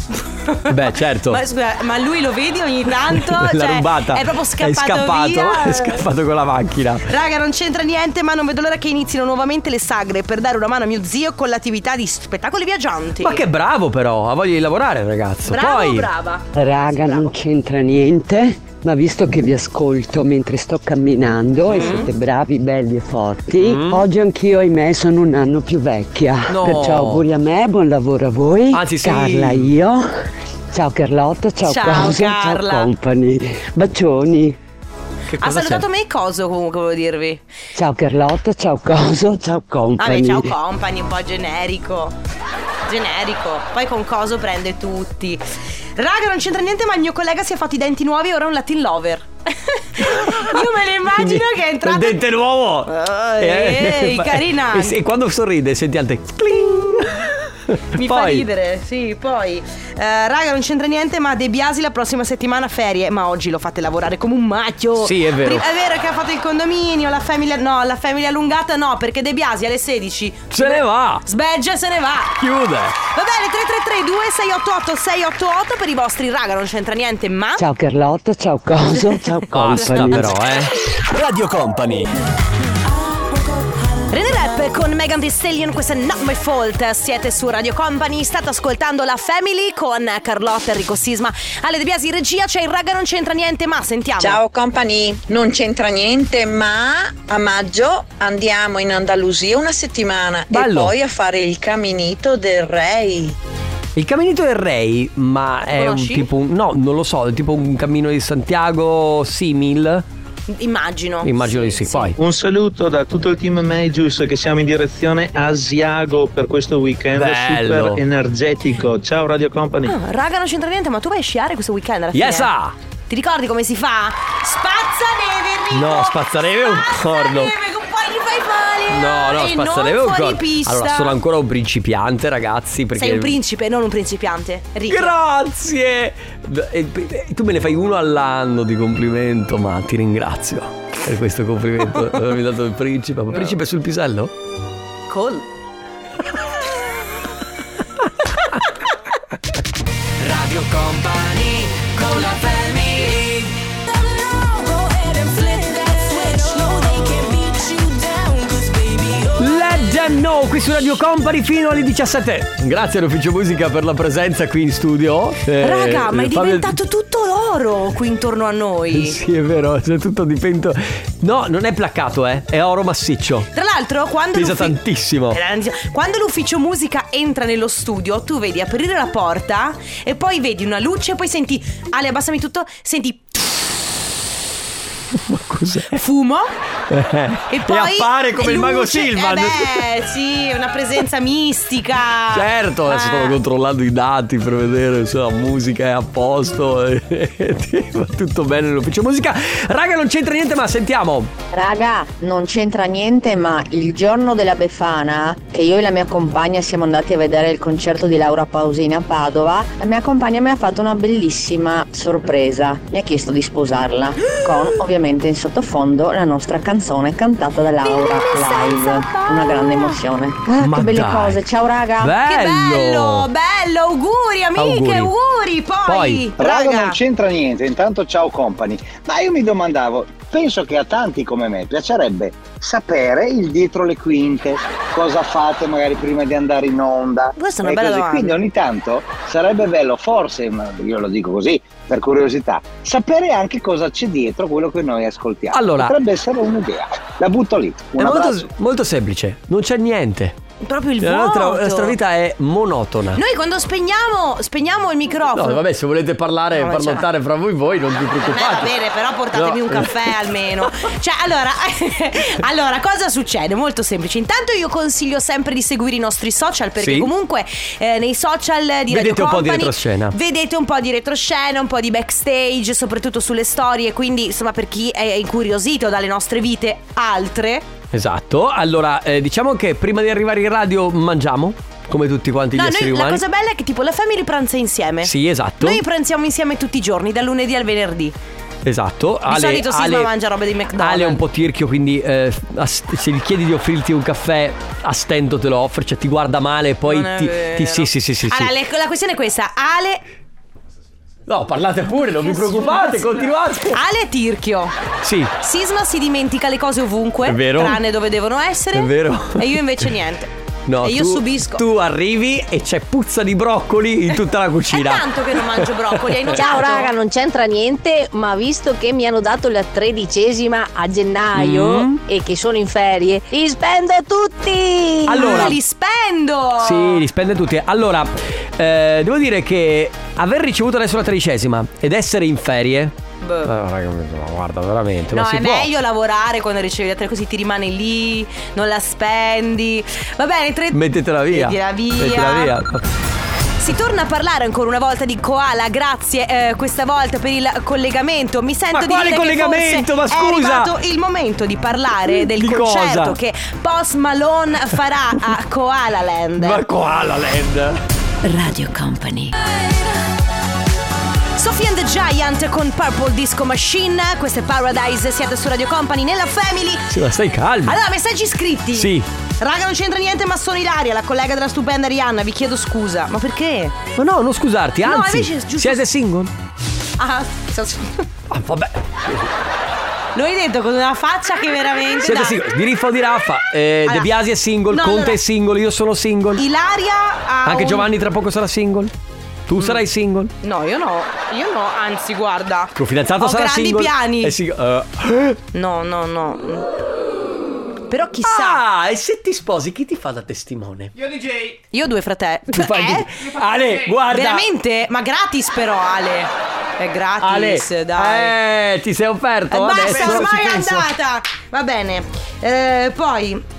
Beh, certo.
Ma scusa, ma lui lo vedi ogni tanto?
L'ha
Cioè,
rubata.
È proprio scappato.
È scappato,
via.
è scappato con la macchina.
Raga, non c'entra niente, ma non vedo l'ora che inizino nuovamente le sagre per dare una mano a mio zio con l'attività di spettacoli viaggianti.
Ma che bravo però, ha voglia di lavorare, ragazzo.
Bravo,
Poi
brava.
Raga, non c'entra niente, ma visto che vi ascolto mentre sto camminando e
Mm.
siete bravi, belli e forti, oggi anch'io, ahimè, sono un anno più vecchia.
No.
Perciò auguri a me, buon lavoro a voi.
Anzi, sì.
Carla, io. Ciao Carlotta, ciao,
Ciao,
Causia,
Carla.
ciao Company. Bacioni.
ha salutato me e coso comunque, volevo dirvi.
Ciao Carlotta, ciao Coso, ciao Company.
Vabbè, ciao company, un po' generico. Generico. Poi con coso prende tutti. Raga, non c'entra niente, ma il mio collega si è fatto i denti nuovi e ora è un Latin lover. Io me lo immagino che è
Ah, Il
entrato.
dente nuovo.
ehi,
ma-
carina.
E, se- e quando sorride senti anche
Mi fa
Poi.
ridere, sì, poi. Eh, raga, non c'entra niente, ma De Biasi la prossima settimana ferie. Ma oggi lo fate lavorare come un macchio.
Sì, è vero.
Pri- è vero che ha fatto il condominio, la famiglia. No, la famiglia allungata no, perché De Biasi alle 16.
Se ne va.
Sbeggia e se ne va.
Chiude.
Va bene, 3332 688 688 per i vostri raga, non c'entra niente, ma.
Ciao Carlotta, ciao Coso, ciao
Basta
Company.
però, eh. Radio Company.
René Rap con Megan Thee Stallion, questa è Not My Fault, siete su Radio Company, state ascoltando la Family con Carlotta, Enrico Sisma, Ale De Biasi, regia, c'è il raga non c'entra niente ma, sentiamo.
Ciao company, non c'entra niente, ma a maggio andiamo in Andalusia una settimana
Bello.
e poi a fare il caminito del Re.
Il camminito del Re, ma è un
conosci?
tipo un- no, non lo so, è tipo un cammino di Santiago simil.
Immagino.
Immagino di sì, poi.
Un saluto da tutto il team Majus che siamo in direzione Asiago per questo weekend
Bello.
super energetico. Ciao Radio Company.
Ah, raga non c'entra niente ma tu vai a sciare questo weekend alla fine?
Yes, ah.
Ti ricordi come si fa? Spazzaneve Enrico!
No, spazzaneve è un corno. No, no,
E
spazzaneve è
non
un
fuori
corno.
pista.
Allora, sono ancora un principiante, ragazzi, perché
Sei un principe, non un principiante. Enrico.
Grazie! E- e- Tu me ne fai uno all'anno di complimento, ma ti ringrazio per questo complimento. Avermi dato il principe. Ma principe sul pisello?
Col.
Radio Company con la family.
qui su Radio Company fino alle 17. Grazie all'ufficio musica per la presenza qui in studio. Eh,
Raga, ma è
Fabio-
diventato tutto oro qui intorno a noi.
Sì, è vero, è tutto dipinto. No, non è placcato, eh. È oro massiccio.
Tra l'altro, quando
Pesa
l'uffi-
tantissimo.
Era- Quando l'ufficio musica entra nello studio, tu vedi aprire la porta e poi vedi una luce, poi senti Ale, abbassami tutto, senti fumo e poi
appare come il mago
luce.
Silvan.
Eh beh, sì, una presenza mistica.
Certo, adesso
Eh.
stavo controllando i dati per vedere se la musica è a posto. e- e Va tutto bene nell'ufficio musica. Raga, non c'entra niente, ma sentiamo.
Raga, non c'entra niente, ma il giorno della Befana, che io e la mia compagna siamo andati a vedere il concerto di Laura Pausini a Padova, la mia compagna mi ha fatto una bellissima sorpresa. Mi ha chiesto di sposarla, con ovviamente in sottofondo la nostra canzone cantata da Laura live. Una grande emozione. Ah,
Ma
che belle
dai.
cose, ciao raga!
Che bello, bello, auguri amiche,
Auguri.
auguri. Poi,
raga, non c'entra niente, intanto ciao company. Ma io mi domandavo, penso che a tanti come me piacerebbe sapere il dietro le quinte, cosa fate magari prima di andare in onda.
Questa è una
e
bella
così.
domanda.
Quindi ogni tanto sarebbe bello, forse, ma io lo dico così, per curiosità, sapere anche cosa c'è dietro quello che noi ascoltiamo.
Allora.
Potrebbe essere un'idea. La butto lì. Un
È
abbraccio.
molto, molto semplice, non c'è niente.
Proprio il
La nostra, la
voto.
nostra vita è monotona.
Noi quando spegniamo, spegniamo il microfono.
No, vabbè, se volete parlare e
No, ma
parlottare fra voi voi, non vi
cioè. Eh, va
preoccupate.
bene, però portatemi
No.
un caffè almeno. Cioè, allora, allora, cosa succede? Molto semplice. Intanto io consiglio sempre di seguire i nostri social perché
Sì.
comunque eh, nei social di Radio
Vedete un po' di
Company
retroscena.
Vedete un po' di retroscena, un po' di backstage, soprattutto sulle storie, quindi insomma per chi è incuriosito dalle nostre vite altre
Esatto. Allora, eh, diciamo che prima di arrivare in radio mangiamo, come tutti quanti gli
No,
esseri
noi, la
umani.
cosa bella è che tipo la family pranza insieme.
Sì, esatto.
Noi pranziamo insieme tutti i giorni, dal lunedì al venerdì. Di
Esatto. Di
solito Sisma mangia roba di McDonald's.
Ale è un po' tirchio, quindi eh, a st- se gli chiedi di offrirti un caffè, a stento te lo offre, cioè ti guarda male e poi
Non è
ti,
vero.
ti- Sì, sì, sì, sì. sì.
Allora, le- la questione è questa: Ale.
No, parlate pure, non vi preoccupate, continuate.
Ale è tirchio.
Sì.
Sisma si dimentica le cose ovunque,
È vero.
tranne dove devono essere.
È vero.
E io invece niente.
No,
E io
tu-
subisco.
Tu arrivi e c'è puzza di broccoli in tutta la cucina.
tanto che non mangio broccoli, hai notato?
Ciao Ah, raga, non c'entra niente, ma visto che mi hanno dato la tredicesima a gennaio
Mm.
e che sono in ferie, li spendo tutti!
Allora-
li
spendo!
Sì, li spende tutti. Allora, eh, devo dire che aver ricevuto adesso la tredicesima ed essere in ferie.
Beh.
Eh, raga, ma guarda, veramente.
Boh. No,
ma si
è
può.
meglio lavorare quando ricevi la tre, così ti rimane lì, non la spendi. Va bene, tre.
Mettetela via.
Mettila via.
Mettila via.
Si torna a parlare ancora una volta di Koala, grazie eh, questa volta per il collegamento. Mi sento
Ma
di
quale
dire
collegamento?
che forse
Ma
è
scusa!
arrivato il momento di parlare del
Di
concerto
cosa?
che Post Malone farà a Koala Land.
Ma koala land.
Radio Company. Sophie and the Giant con Purple Disco Machine, questo è Paradise, siete su Radio Company nella Family.
Sì, ma stai calmo.
Allora, messaggi scritti.
Sì.
Raga, non c'entra niente, ma sono Ilaria, la collega della stupenda Rihanna. Vi chiedo scusa. Ma perché?
Ma no, non scusarti,
No,
anzi.
invece è giusto-
Siete single?
Ah,
Ah, vabbè.
Lo hai detto con una faccia che veramente.
Siete
da-
single. Di Riffo di Raffa. eh,
Allora.
De Biasi è single,
No,
Conte
allora.
è single, io sono single.
Ilaria ha.
Anche
un-
Giovanni tra poco sarà single. Tu
Mm.
sarai single.
No, io no. Io no, anzi, guarda.
Tuo fidanzato
Ho
sarà
grandi
single.
piani.
È sing- eh.
No, no, no. Però chissà.
Ah, e se ti sposi, chi ti fa da testimone?
Io DJ. Io ho due fratelli.
Tu fai
Eh?
di- Ale, guarda.
Veramente? Ma gratis però, Ale. È gratis,
Ale,
dai.
Eh, ti sei offerto
Eh,
adesso.
basta, ormai
Ci
è
penso.
andata. Va bene. Eh, poi,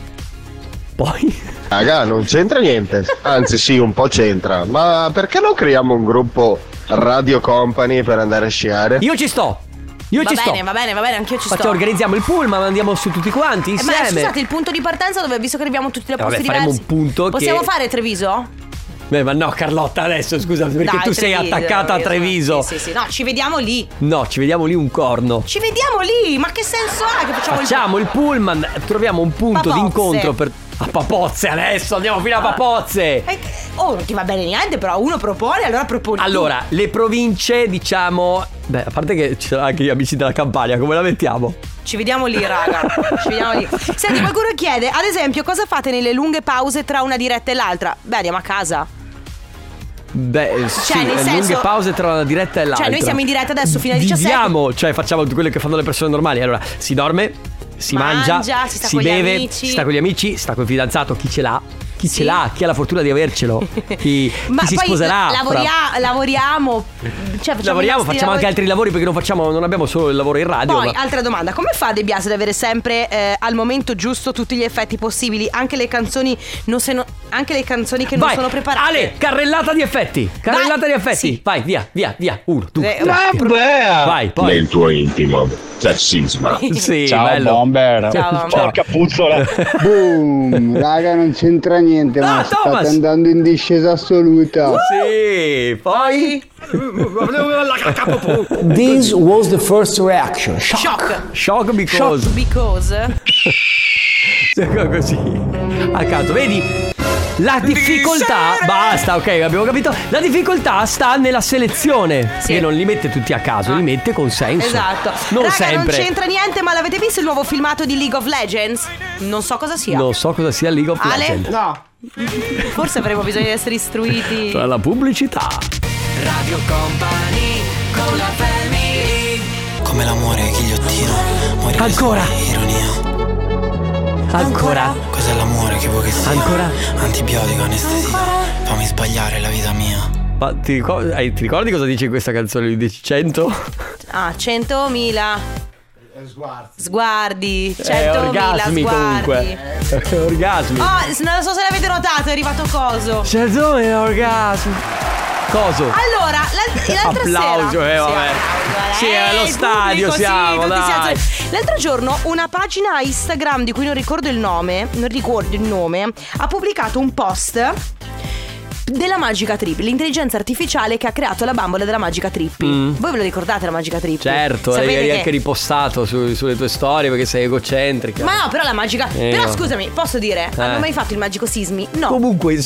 Raga, non c'entra niente. Anzi, sì, un po' c'entra. Ma perché non creiamo un gruppo Radio Company per andare a sciare?
Io ci sto. Io
va
ci
bene,
sto.
va bene, va bene, anch'io ci
Facciamo-
sto.
organizziamo il pullman, andiamo su tutti quanti
Eh, ma
insieme.
scusate, il punto di partenza dove visto che arriviamo tutti da
Eh, vabbè,
posti
faremo
diversi.
un punto che-
Possiamo fare Treviso?
Beh, ma no, Carlotta, adesso scusa, perché
Dai,
tu sei
Treviso,
attaccata a
io sono-
Treviso.
Sì, sì, sì, no, ci vediamo lì.
No, ci vediamo lì un corno.
Ci vediamo lì. Ma che senso ha che facciamo,
Facciamo il pullman, troviamo un punto
Papozze. Ah.
d'incontro per. A Papozze adesso, andiamo fino a Papozze.
il. Eh, Oh, non ti va bene niente, però uno propone, allora proponi. tu.
Allora, le province, diciamo, Beh, a parte che ci saranno anche gli amici della campagna, come la mettiamo?
Ci vediamo lì, raga. Ci vediamo lì. Senti, qualcuno chiede, ad esempio, cosa fate nelle lunghe pause tra una diretta e l'altra? Beh, andiamo a casa.
Beh, sì,
Cioè, nel
eh,
senso-
lunghe pause tra una diretta e l'altra.
Cioè, noi siamo in diretta adesso fino alle 17.
Viviamo, cioè facciamo quello che fanno le persone normali. Allora, si dorme, si mangia,
Mangia, si sta con gli
beve,
amici.
si sta con gli amici, si sta col fidanzato, chi ce l'ha? Chi
Sì.
ce l'ha? Chi ha la fortuna di avercelo? Chi,
Ma
chi si
poi
sposerà?
la- lavoria- lavoriamo. Cioè, facciamo i
Lavoriamo,
nostri
facciamo
lavori.
anche altri lavori perché non, facciamo, non abbiamo solo il lavoro in radio.
Poi,
ma-
altra domanda, come fa De Biasi ad avere sempre eh, al momento giusto tutti gli effetti possibili, anche le canzoni, non se no- anche le canzoni che non
Vai,
sono preparate?
Ale, carrellata di effetti. Carrellata di effetti. Vai, via, via, via. Uno, due,
Eh,
tre.
Vabbè.
Vai, poi.
Nel tuo intimo, sessisma.
Sì,
Ciao,
bello.
bomber.
Ciao, bomber.
Porca puzzola.
Boom, raga, Eh, non c'entra niente,
Ah,
ma state andando in discesa assoluta.
Sì, poi.
This was the first reaction.
Shock.
Shock because.
Because.
Ecco così. A caso, vedi? La difficoltà. Basta, ok, abbiamo capito. La difficoltà sta nella selezione. Che non li mette tutti a caso, li mette con senso.
Ah. Esatto.
Non
Raga, non
sempre.
c'entra niente, ma l'avete visto il nuovo filmato di League of Legends? Non so cosa sia.
non so cosa sia League of
Ale?
Legends.
No. Forse avremo bisogno di essere istruiti.
Tra la pubblicità.
Radio Company con la family. Come l'amore ghigliottina, muore
Ancora.
ironia.
Ancora.
Cos'è l'amore che vuoi che sia?
Ancora.
Antibiotico, anestesia. Fammi sbagliare la vita mia.
Ma ti ricordi, eh, ti ricordi cosa dice in questa canzone? Lui dice 100?
Ah, 100.000 sguardi. 100.000
Eh, orgasmi
sguardi.
comunque. Eh, orgasmi.
Oh, s- non so se l'avete notato, è arrivato coso.
Canzone orgasmi. Coso?
Allora, l'alt- l'altra
Applauso,
sera
eh, vabbè. Sì,
Eh,
allo
il
stadio
pubblico, sì,
siamo,
tutti si
dai.
alzano. L'altro giorno una pagina Instagram di cui non ricordo il nome, non ricordo il nome, ha pubblicato un post della Magica Trip, l'intelligenza artificiale che ha creato la bambola della Magica Trippi.
Mm.
Voi ve lo ricordate la Magica Trippi?
Certo,
Sapete
l'hai
che-
anche ripostato su- sulle tue storie perché sei egocentrica.
Ma no, però la magica.
Eh,
però
no.
scusami, posso dire?
Eh.
Hanno mai fatto il magico sismi? No. Eh.
Comunque.
No,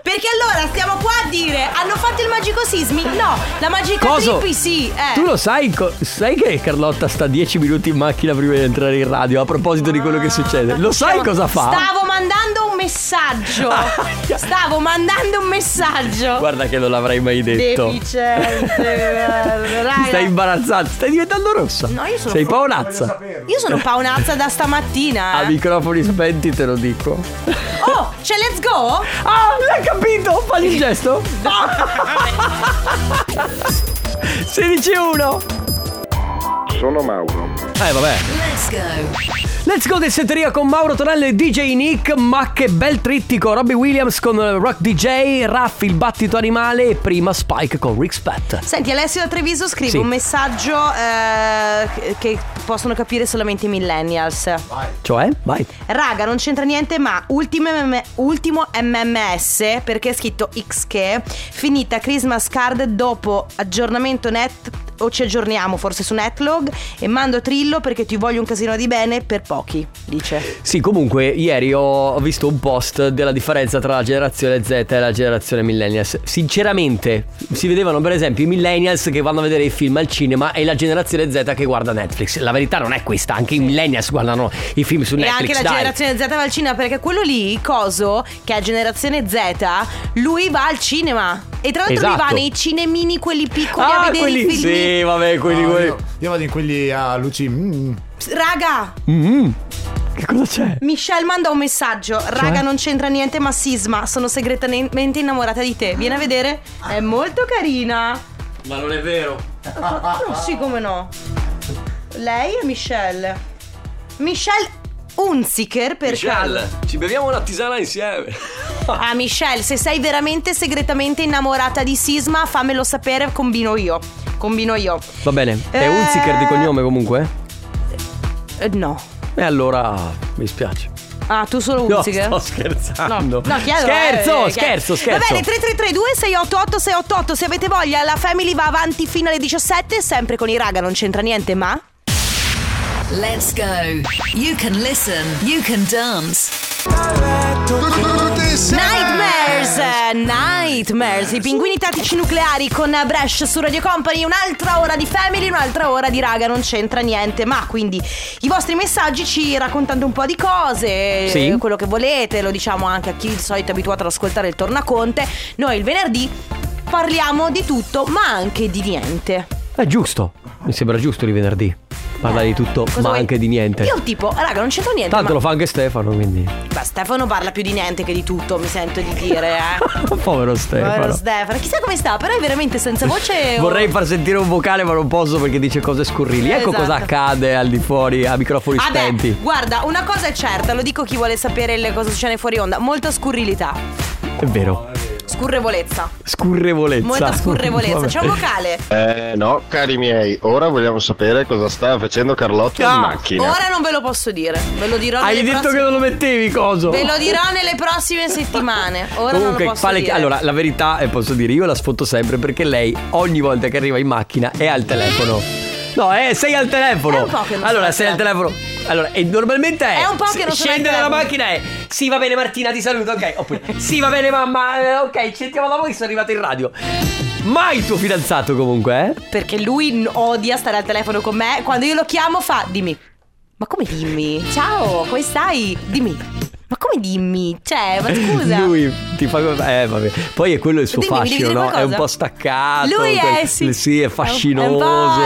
perché allora stiamo qua a dire hanno fatto il magico sismi? No, la magica
Coso?
trippi sì. Eh.
Tu lo sai, co- sai che Carlotta sta 10 minuti in macchina prima di entrare in radio a proposito di
Ah,
quello che succede. Lo sai cosa fa? Ah, ecco.
Stavo mandando un messaggio. Stavo mandando un messaggio.
Guarda che non l'avrei mai detto.
Deficiente. eh, guarda,
Ti stai
raga.
imbarazzando, stai diventando rossa.
No, io sono
Sei
pro-
paonazza.
Io sono paonazza da stamattina.
A
eh.
microfoni spenti te lo dico.
Oh, c'è let's go?
Ah, l'hai capito? Fagli il gesto. 16 1.
Sono Mauro.
Eh vabbè.
Let's go.
Let's go Dessetteria con Mauro Tonello e DJ Nick. Ma che bel trittico! Robbie Williams con eh, Rock DJ, Raffi il battito animale e prima Spike con Rick Spat.
Senti, Alessio da Treviso scrive
Sì.
un messaggio eh, che possono capire solamente i millennials.
Cioè, vai.
Raga, non c'entra niente, ma ultimo, MM ultimo MMS, perché è scritto X che, finita Christmas card dopo aggiornamento net, o ci aggiorniamo forse su Netlog, e mando Trillo perché ti voglio un casino di bene per pochi, dice.
Sì, comunque, ieri ho visto un post della differenza tra la generazione Z e la generazione Millennials. Sinceramente, si vedevano, per esempio, i Millennials che vanno a vedere i film al cinema e la generazione Z che guarda Netflix. La verità non è questa, anche i Millennials guardano i film su
E
Netflix.
anche la
dai.
generazione Z va al cinema perché quello lì, Coso, che è generazione Z, lui va al cinema. E tra l'altro lui va
Esatto.
nei cinemini, quelli piccoli, a
Ah,
vedere i
quelli-
film.
Sì, vabbè, quelli.
No,
quelli-
Io, io vado in quelli a luci. mm.
Raga,
Che cosa c'è?
Michelle manda un messaggio. Raga, non c'entra niente, ma Sisma, sono segretamente innamorata di te. Vieni a vedere, è molto carina.
Ma non è vero.
No, sì, come no. Lei è Michelle. Michelle Unziker, per caso.
ci beviamo una tisana insieme.
Ah, Michelle, se sei veramente segretamente innamorata di Sisma, fammelo sapere, combino io. Combino io.
Va bene, è
Eh.
Unziker di cognome comunque?
Eh, no.
E allora mi spiace.
Ah, tu solo
No,
Unziker?
sto scherzando.
No, chiedo,
scherzo,
eh,
scherzo,
chiedo.
scherzo.
Va bene, 3332 688 688 se avete voglia, la family va avanti fino alle 17, sempre con i raga, non c'entra niente, ma
Let's go. You can listen, you can dance.
Nightmares, eh, Nightmares, i pinguini tattici nucleari con Bresh su Radio Company, un'altra ora di Family, un'altra ora di Raga, non c'entra niente, ma quindi i vostri messaggi ci raccontate un po' di cose,
Sì.
eh, quello che volete, lo diciamo anche a chi di solito è abituato ad ascoltare il Tornaconte, noi il venerdì parliamo di tutto ma anche di niente.
È giusto. Mi sembra giusto di venerdì. Parlare di tutto, ma
vuoi?
anche di niente.
Io tipo, raga, non c'entra niente.
Tanto
ma...
lo fa anche Stefano, quindi.
Beh, Stefano parla più di niente che di tutto, mi sento di dire, eh.
Povero Stefano.
Povero Stefano, chissà come sta, però è veramente senza voce. o-
Vorrei far sentire un vocale, ma non posso perché dice cose scurrili. Ecco
Esatto.
cosa accade al di fuori a microfoni
Vabbè,
spenti.
guarda, una cosa è certa, lo dico a chi vuole sapere le- cosa succede fuori onda. Molta scurrilità,
È vero.
scurrevolezza,
Scurrevolezza.
molta scurrevolezza. C'è un vocale.
Eh no, cari miei, ora vogliamo sapere cosa sta facendo Carlotta in macchina.
Ora non ve lo posso dire, ve lo dirò
Hai
nelle
detto
prossime-
che non lo mettevi, coso.
Ve lo dirò nelle prossime settimane. Ora non
Comunque,
lo posso
quale-
dire.
allora, la verità è, posso dire, io la sfotto sempre perché lei ogni volta che arriva in macchina è al telefono. No, eh, sei al telefono.
È un po' che non
allora, sei al telefono. Allora, e normalmente è.
È un po' che non sono al
Scende dalla
telefono.
macchina e. Sì, va bene, Martina, ti saluto, ok. Oppure. Sì, va bene, mamma, eh, ok, ci sentiamo dopo che sono arrivato in radio. Mai il tuo fidanzato, comunque, eh?
Perché lui n- odia stare al telefono con me. Quando io lo chiamo fa dimmi. Ma come dimmi? Ciao, come stai? Dimmi. Ma come dimmi? Cioè, ma scusa.
Lui ti fa. Eh, vabbè. Poi è quello il suo
Dimmi, mi devi
fascino,
dire
no? È
qualcosa?
un po' staccato.
Lui è
quel-
sì.
è fascinoso.
È un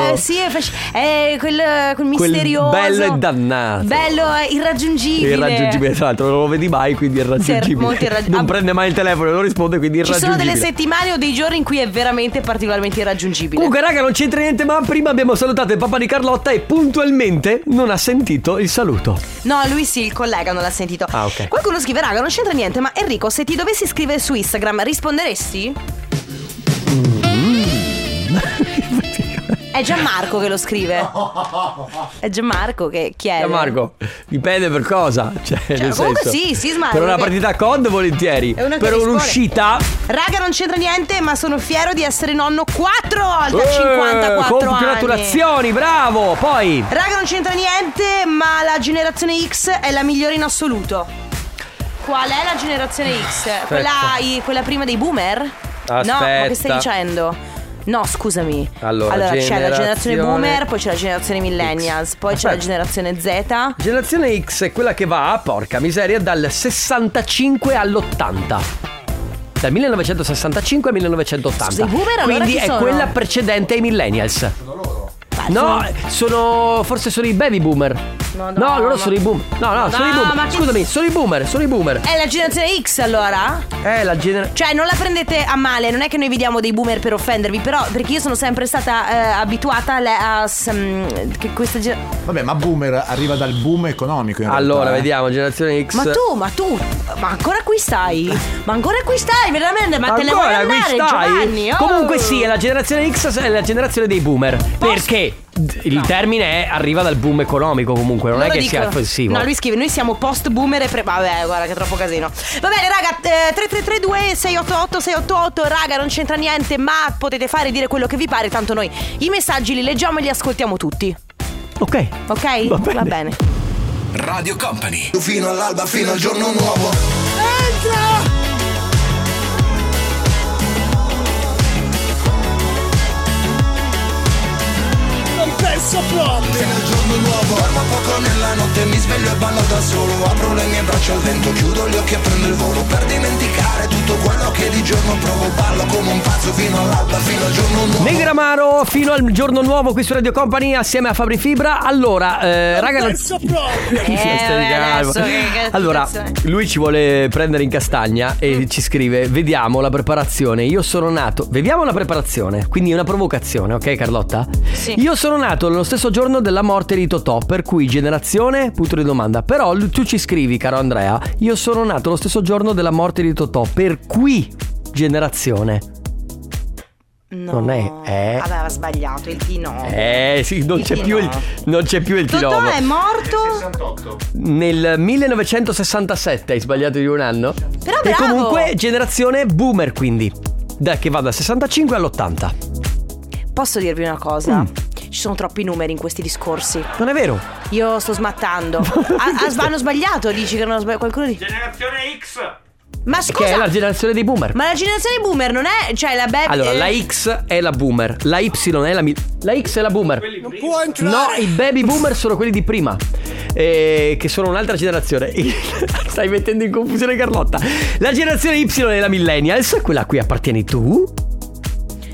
po', eh, sì, è, fasci- è quel, quel
Quel
misterioso.
bello e dannato.
Bello, eh, irraggiungibile.
Irraggiungibile, tra l'altro non lo vedi mai, quindi è
Sì,
irraggiungibile.
molto irraggi-
non
Ah.
prende mai il telefono, non risponde, quindi è
Ci sono
irraggiungibile.
delle settimane o dei giorni in cui è veramente particolarmente irraggiungibile.
Comunque, raga, non c'entra niente, ma prima abbiamo salutato il papà di Carlotta e puntualmente non ha sentito il saluto.
No, lui sì, il collega non l'ha sentito.
Ah, ok.
Qualcuno scrive, raga, non c'entra niente, ma Enrico, se ti dovessi scrivere su Instagram, risponderesti?
Mm.
È Gianmarco che lo scrive. È Gianmarco che chiede.
Eh, Marco, dipende per cosa. Cioè, nel
comunque
senso,
sì, sì, Smarco,
Per una
perché-
partita a COD volentieri.
È una che
Per
risponde.
un'uscita.
Raga, non c'entra niente, ma sono fiero di essere nonno quattro volte a
Eh,
54 anni.
Congratulazioni, bravo! Poi.
Raga, non c'entra niente, ma la generazione X è la migliore in assoluto. Qual è la generazione X? Quella, i- quella prima dei boomer? No, ma che stai
Aspetta.
dicendo? No, scusami.
Allora,
c'è la generazione
generazione
boomer, poi c'è la generazione millennials, poi c'è la generazione Z.
Generazione X è quella che va, porca miseria, dal 65 all'80. Dal 1965 al 1980.
Scusa, i boomer allora
Quindi
chi
è
sono?
quella precedente ai millennials. No, sono. forse sono i baby boomer.
No, no,
loro
ma-
sono i boomer. No, no, sono i
No, ma
boomer.
che-
Scusami, sono i boomer, sono i boomer.
È la generazione X allora?
Eh, la generazione.
Cioè, non la prendete a male, non è che noi vi diamo dei boomer per offendervi, però perché io sono sempre stata eh, abituata alle- a, s- mm, che questa generazione.
Vabbè, ma boomer arriva dal boom economico in
Allora,
realtà, eh.
vediamo, generazione X.
Ma tu, ma tu, ma ancora qui stai? Ma ancora qui stai, veramente? Ma te ne vuoi
Ancora qui
andare,
stai?
Giovanni? Oh.
Comunque sì, è la generazione X è la generazione dei boomer. Perché d- il termine è- arriva dal boom economico comunque, non
Loro
è che sia
dicono-
offensivo.
No, lui scrive: Noi siamo post boomer e pre. Vabbè, guarda che è troppo casino. Va bene, raga. eh, 3332 688 688. Raga, non c'entra niente, ma potete fare e dire quello che vi pare. Tanto noi i messaggi li leggiamo e li ascoltiamo tutti.
Ok.
Ok? Va bene.
Radio Company. Fino all'alba, fino al giorno nuovo.
Non penso proprio Fino al giorno nuovo Dormo poco nella notte Mi sveglio e ballo da solo Apro le mie braccia al vento Chiudo gli occhi e prendo il volo Per dimenticare tutto quello che di giorno provo Ballo come un pazzo fino all'alba Fino al giorno nuovo
Negramaro fino al giorno nuovo qui su Radio Company assieme a Fabri Fibra. Allora, eh, raga, non...
proprio
Sì, stai
Eh, vabbè,
calmo.
adesso che cazzo-
allora,
cazzo- Mm.
lui ci vuole prendere in castagna e ci scrive: Vediamo la preparazione. Io sono nato. Vediamo la preparazione. Quindi è una provocazione, ok, Carlotta?
Sì.
Io sono nato nello stesso giorno della morte di Totò, per cui generazione? Punto di domanda. Però l- tu ci scrivi, caro Andrea, io sono nato lo stesso giorno della morte di Totò, per cui generazione? Non è. Eh.
Vabbè, aveva sbagliato il T no.
Eh sì, non
Il
c'è
T
più il,
no.
non c'è più il
Totò
Tirovo.
è morto.
Nel 1967 hai sbagliato di un anno.
Però
e
Ah, bravo.
comunque generazione boomer quindi. Da che va dal 65 all'80.
Posso dirvi una cosa?
Mm.
Ci sono troppi numeri in questi discorsi.
Non è vero?
Io sto smattando. Ah, ah, hanno sbagliato, dici che non ho sbagliato. Qualcuno dice.
Generazione X.
Ma
Che è
scusa,
la generazione dei boomer.
ma la generazione boomer non è. Cioè, la beb.
Allora,
eh,
la X è la boomer, la Y è la mi- La X è la boomer. No, i baby boomer sono quelli di prima. eh, che sono un'altra generazione. Stai mettendo in confusione Carlotta. La generazione Y è la millennials, quella a cui appartieni tu.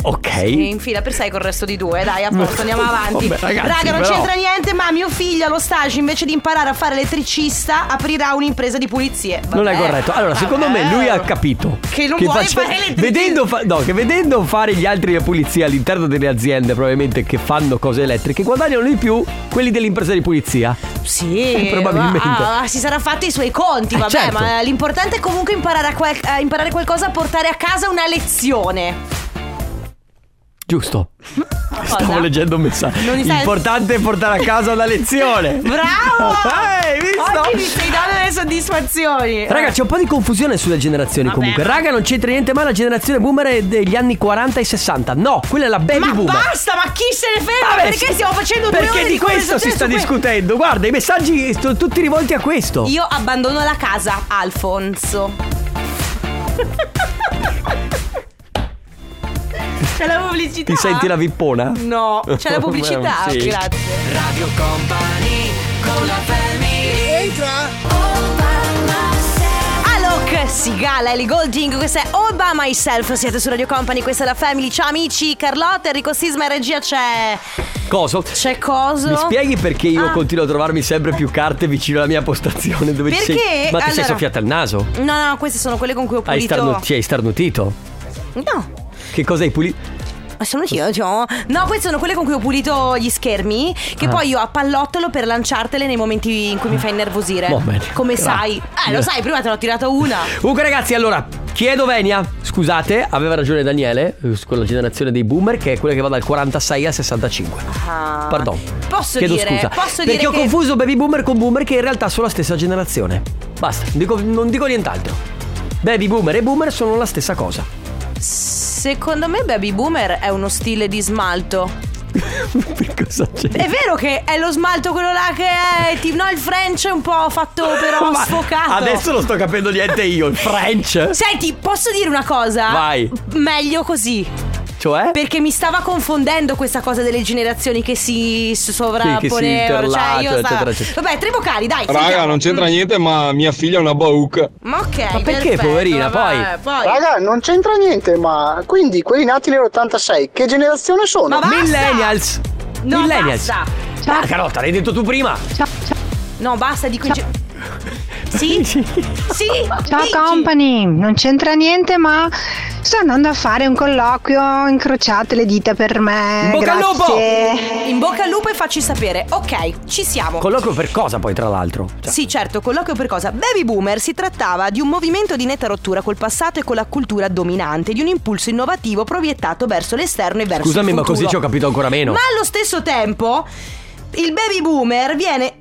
Ok.
In fila per sei col resto di due, dai, a posto, andiamo avanti.
Vabbè, ragazzi,
Raga, non
però-
c'entra niente, ma mio figlio allo stage invece di imparare a fare elettricista aprirà un'impresa di pulizie.
Non è
Vabbè.
corretto. Allora, secondo me lui ha capito
Che non vuole fare elettricista.
vedendo, fa- no, che vedendo fare gli altri della pulizia all'interno delle aziende, probabilmente che fanno cose elettriche, guadagnano di più quelli dell'impresa di pulizia.
Sì,
Eh, probabilmente.
ma- ah, si sarà fatti i suoi conti,
Eh,
vabbè,
certo.
ma l'importante è comunque imparare, a qual- a imparare qualcosa, a portare a casa una lezione.
Giusto.
Cosa?
Stavo leggendo un messaggio.
Non mi sa-
Importante è portare a casa una lezione.
Bravo!
Ehi, visto?
Oggi mi stai dando le soddisfazioni.
Raga, c'è un po' di confusione sulle generazioni
Vabbè.
comunque. Raga, non c'entra niente, ma la generazione boomer è degli anni 40 e 60. No, quella è la baby
Ma
boomer.
basta, ma chi se ne frega?
Vabbè,
perché
sì.
stiamo facendo due
Perché
ore
di questo si
conversazione
sta
su que-
discutendo. Guarda, i messaggi sono tutti rivolti a questo.
Io abbandono la casa, Alfonso. c'è la pubblicità.
Ti senti la vippona?
No, c'è la pubblicità,
Sì.
grazie. Radio Company con la Alok, Sigala, Ellie Golding, questa è All By Myself, siete su Radio Company, questa è la Family, ciao amici, Carlotta, Enrico Sisma e regia c'è...
Coso?
c'è Coso.
Mi spieghi perché io
Ah.
continuo a trovarmi sempre più carte vicino alla mia postazione? Dove Ci
Perché?
sei... Ma ti sei
Allora-
soffiata il naso?
No, no, queste sono quelle con cui ho
Hai
pulito...
starnu- ti hai starnutito?
No,
Che cosa hai pulito?
Ma sono io, cioè. No, queste sono quelle con cui ho pulito gli schermi. Che
Ah.
poi io appallottolo per lanciartele nei momenti in cui mi fai innervosire.
Va bene.
Come
Gra-
sai? Eh, lo sai, prima te l'ho tirata una.
Comunque ragazzi, allora, chiedo Venia. Scusate, aveva ragione Daniele eh, con la generazione dei boomer che è quella che va dal 46 al 65.
Ah.
Pardon.
Posso
Chiedo
dire,
scusa.
posso
perché
dire
ho
che-
confuso baby boomer con boomer che in realtà sono la stessa generazione. Basta, non dico- non dico nient'altro. Baby boomer e boomer sono la stessa cosa.
Secondo me, baby boomer è uno stile di smalto.
Cosa c'è?
È vero che è lo smalto quello là che è. Tipo, no, il French è un po' fatto però
Ma
sfocato.
Adesso non sto capendo niente io, il French.
Senti, posso dire una cosa?
Vai.
Meglio così.
Cioè?
Perché mi stava confondendo questa cosa delle generazioni che si s- sovrapponevano. cioè, io
interlacciano,
stavo-
eccetera, eccetera.
Vabbè, tre vocali, dai.
Raga,
sentiamo.
non c'entra niente, ma mia figlia è una bauca.
Ma ok.
Ma perché,
perfetto,
poverina,
vabbè, poi.
Raga, non c'entra niente, ma quindi quelli nati nell'86, che generazione sono?
Ma basta!
Millennials.
No,
Millennials.
basta. Cioè,
Ah, Carlotta, l'hai detto tu prima.
No, basta, dico. in ge- Sì? sì?
Ciao
Dici.
company, non c'entra niente ma sto andando a fare un colloquio, incrociate le dita per me. grazie.
In bocca al lupo e facci sapere. Ok, ci siamo.
Colloquio per cosa poi, tra l'altro? Cioè,
Sì, certo, colloquio per cosa? Baby Boomer si trattava di un movimento di netta rottura col passato e con la cultura dominante, di un impulso innovativo proiettato verso l'esterno e verso il
Scusami, ma
futuro.
così ci ho capito ancora meno.
Ma allo stesso tempo, il baby boomer viene.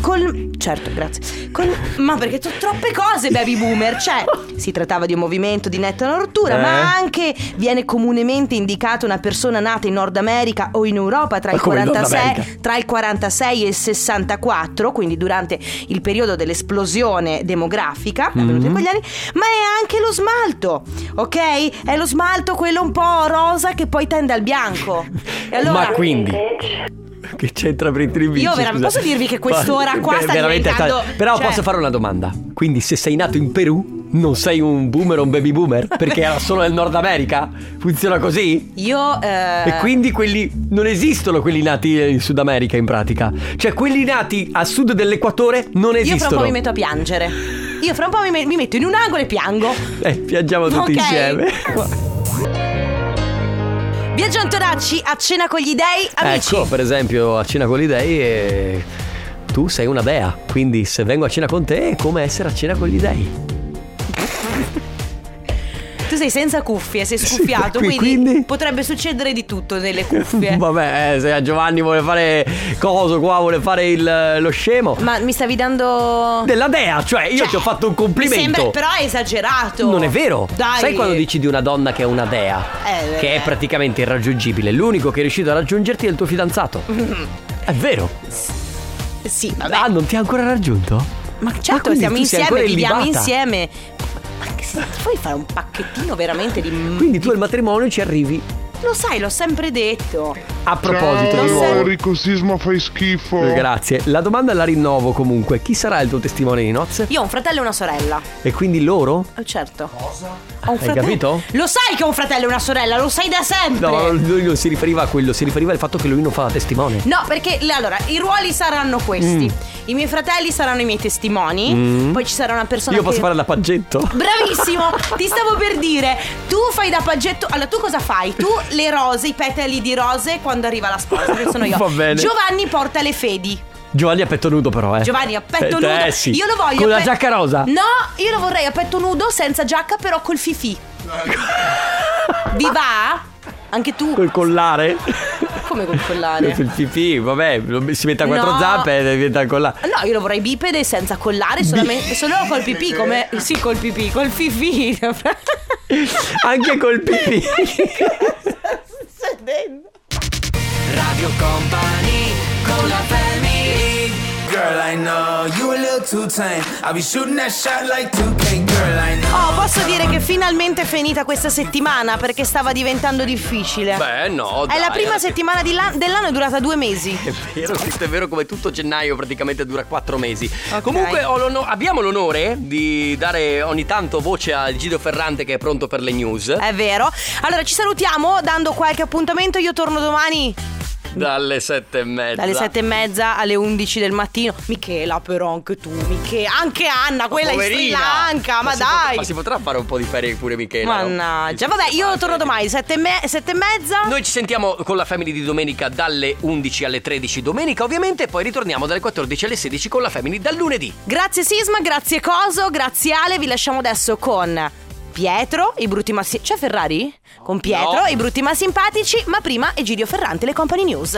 Col. Certo, grazie. Col- ma perché sono troppe cose, baby boomer? Cioè, si trattava di un movimento di netta rottura,
Eh?
ma anche viene comunemente indicata una persona nata in Nord America o in Europa tra
Ma
il,
come in Nord
46,
America?
tra il 46 e il 64, quindi durante il periodo dell'esplosione demografica, avvenuta
Mhm.
Mm-hmm.
in quegli anni, ma è anche lo smalto, ok? È lo smalto quello un po' rosa che poi tende al bianco. E allora,
Ma quindi. Che c'entra per i trivici?
Io veramente-
scusa?
posso dirvi che quest'ora qua
Beh,
sta
veramente
diventando-
sta- Però
cioè-
posso fare una domanda. Quindi se sei nato in Perù, non sei un boomer o un baby boomer? Perché era solo nel Nord America? Funziona così?
io... eh,
E quindi quelli non esistono quelli nati in Sud America in pratica. Cioè quelli nati a sud dell'equatore non
Io fra un
esistono.
po' mi metto a piangere. Io fra un po' mi, me- mi metto in un angolo e piango.
Eh, piangiamo tutti
Ok.
insieme.
Viaggio Antonacci a cena con gli dei, amici.
Ecco, per esempio, a cena con gli dei e tu sei una dea, quindi se vengo a cena con te è come essere a cena con gli dei.
Tu sei senza cuffie, sei soffiato,
qui-
quindi, potrebbe succedere di tutto nelle cuffie.
Vabbè, eh, se a Giovanni vuole fare coso qua, vuole fare il- lo scemo.
Ma mi stavi dando...
Della dea, cioè io
Cioè,
ti ho fatto un
Mi
complimento.
sembra però esagerato.
Non è vero.
Dai.
Sai quando dici di una donna che è una dea?
Eh,
che è praticamente irraggiungibile. L'unico che è riuscito a raggiungerti è il tuo fidanzato. È vero.
Sì.
Ah, non ti ha ancora raggiunto?
Ma certo,
Ah, quindi tu
siamo
sei
insieme,
ancora
viviamo
illibata.
insieme. Ma che se ti puoi fare un pacchettino veramente di.
Quindi tu al matrimonio ci arrivi.
Lo sai, l'ho sempre detto.
A proposito di nuovo.
Enrico Sisma fai schifo.
Grazie. La domanda la rinnovo comunque. Chi sarà il tuo testimone di nozze?
Io ho un fratello e una sorella.
E quindi loro?
Eh, Certo. Cosa? Ho un
Hai
fratello.
capito?
Lo sai che ho un fratello e una sorella, lo sai da sempre.
No, lui non si riferiva a quello, si riferiva al fatto che lui non fa la testimone.
No, perché l- allora i ruoli saranno questi. I miei fratelli saranno i miei testimoni.
Mm.
Poi ci sarà una persona
Io
che...
posso fare la paggetto?
Bravissimo, ti stavo per dire, tu fai da paggetto, allora tu cosa fai? Tu le rose, i petali di rose quando arriva la sposa, che sono io.
Va bene.
Giovanni porta le fedi.
Giovanni a petto nudo però, eh.
Giovanni a petto
Eh,
nudo.
Eh sì.
Io lo voglio
Con
a
la
pe-
giacca rosa.
No, io lo vorrei a petto nudo senza giacca però col fifì. Vi va? Anche tu.
Col collare.
Come col collare?
Il pipì, vabbè, lo- si mette a quattro
Eh. No.
zampe e diventa collare.
No, io lo vorrei bipede senza collare, solamente, solo col pipì, come... Sì, col pipì, col fifì.
Anche col pipì.
Radio Company con la family. Girl, I know you a little too tame. I be shooting that shot like 2K. Girl, I know.
Oh, posso dire che finalmente è finita questa settimana perché stava diventando difficile.
Beh, no,
È
dai,
la
eh.
prima
anche-
settimana di là- dell'anno, è durata due mesi.
È vero, questo è vero come tutto gennaio praticamente dura quattro mesi. Comunque ho l'ono- abbiamo l'onore di dare ogni tanto voce al Gido Ferrante che è pronto per le news.
È vero. Allora, ci salutiamo dando qualche appuntamento. Io torno domani
Dalle sette e mezza.
dalle sette e mezza alle 11 del mattino. Michela, però, anche tu, Michela. Anche Anna, quella
Poverina.
in Sri Lanka, ma,
si
dai.
potrà- ma si potrà fare un po' di ferie pure Michela? eh, no?
Mannaggia, vabbè, io torno domani, sette e, me- sette e mezza.
Noi ci sentiamo con la Family di domenica dalle 11 alle 13 domenica ovviamente e poi ritorniamo dalle 14 alle 16 con la Family dal lunedì.
Grazie Sisma, grazie Coso, grazie Ale, vi lasciamo adesso con Pietro, i brutti ma si- c'è Ferrari? Con Pietro,
No.
i brutti ma simpatici, ma prima Egidio Ferrante, le Company News.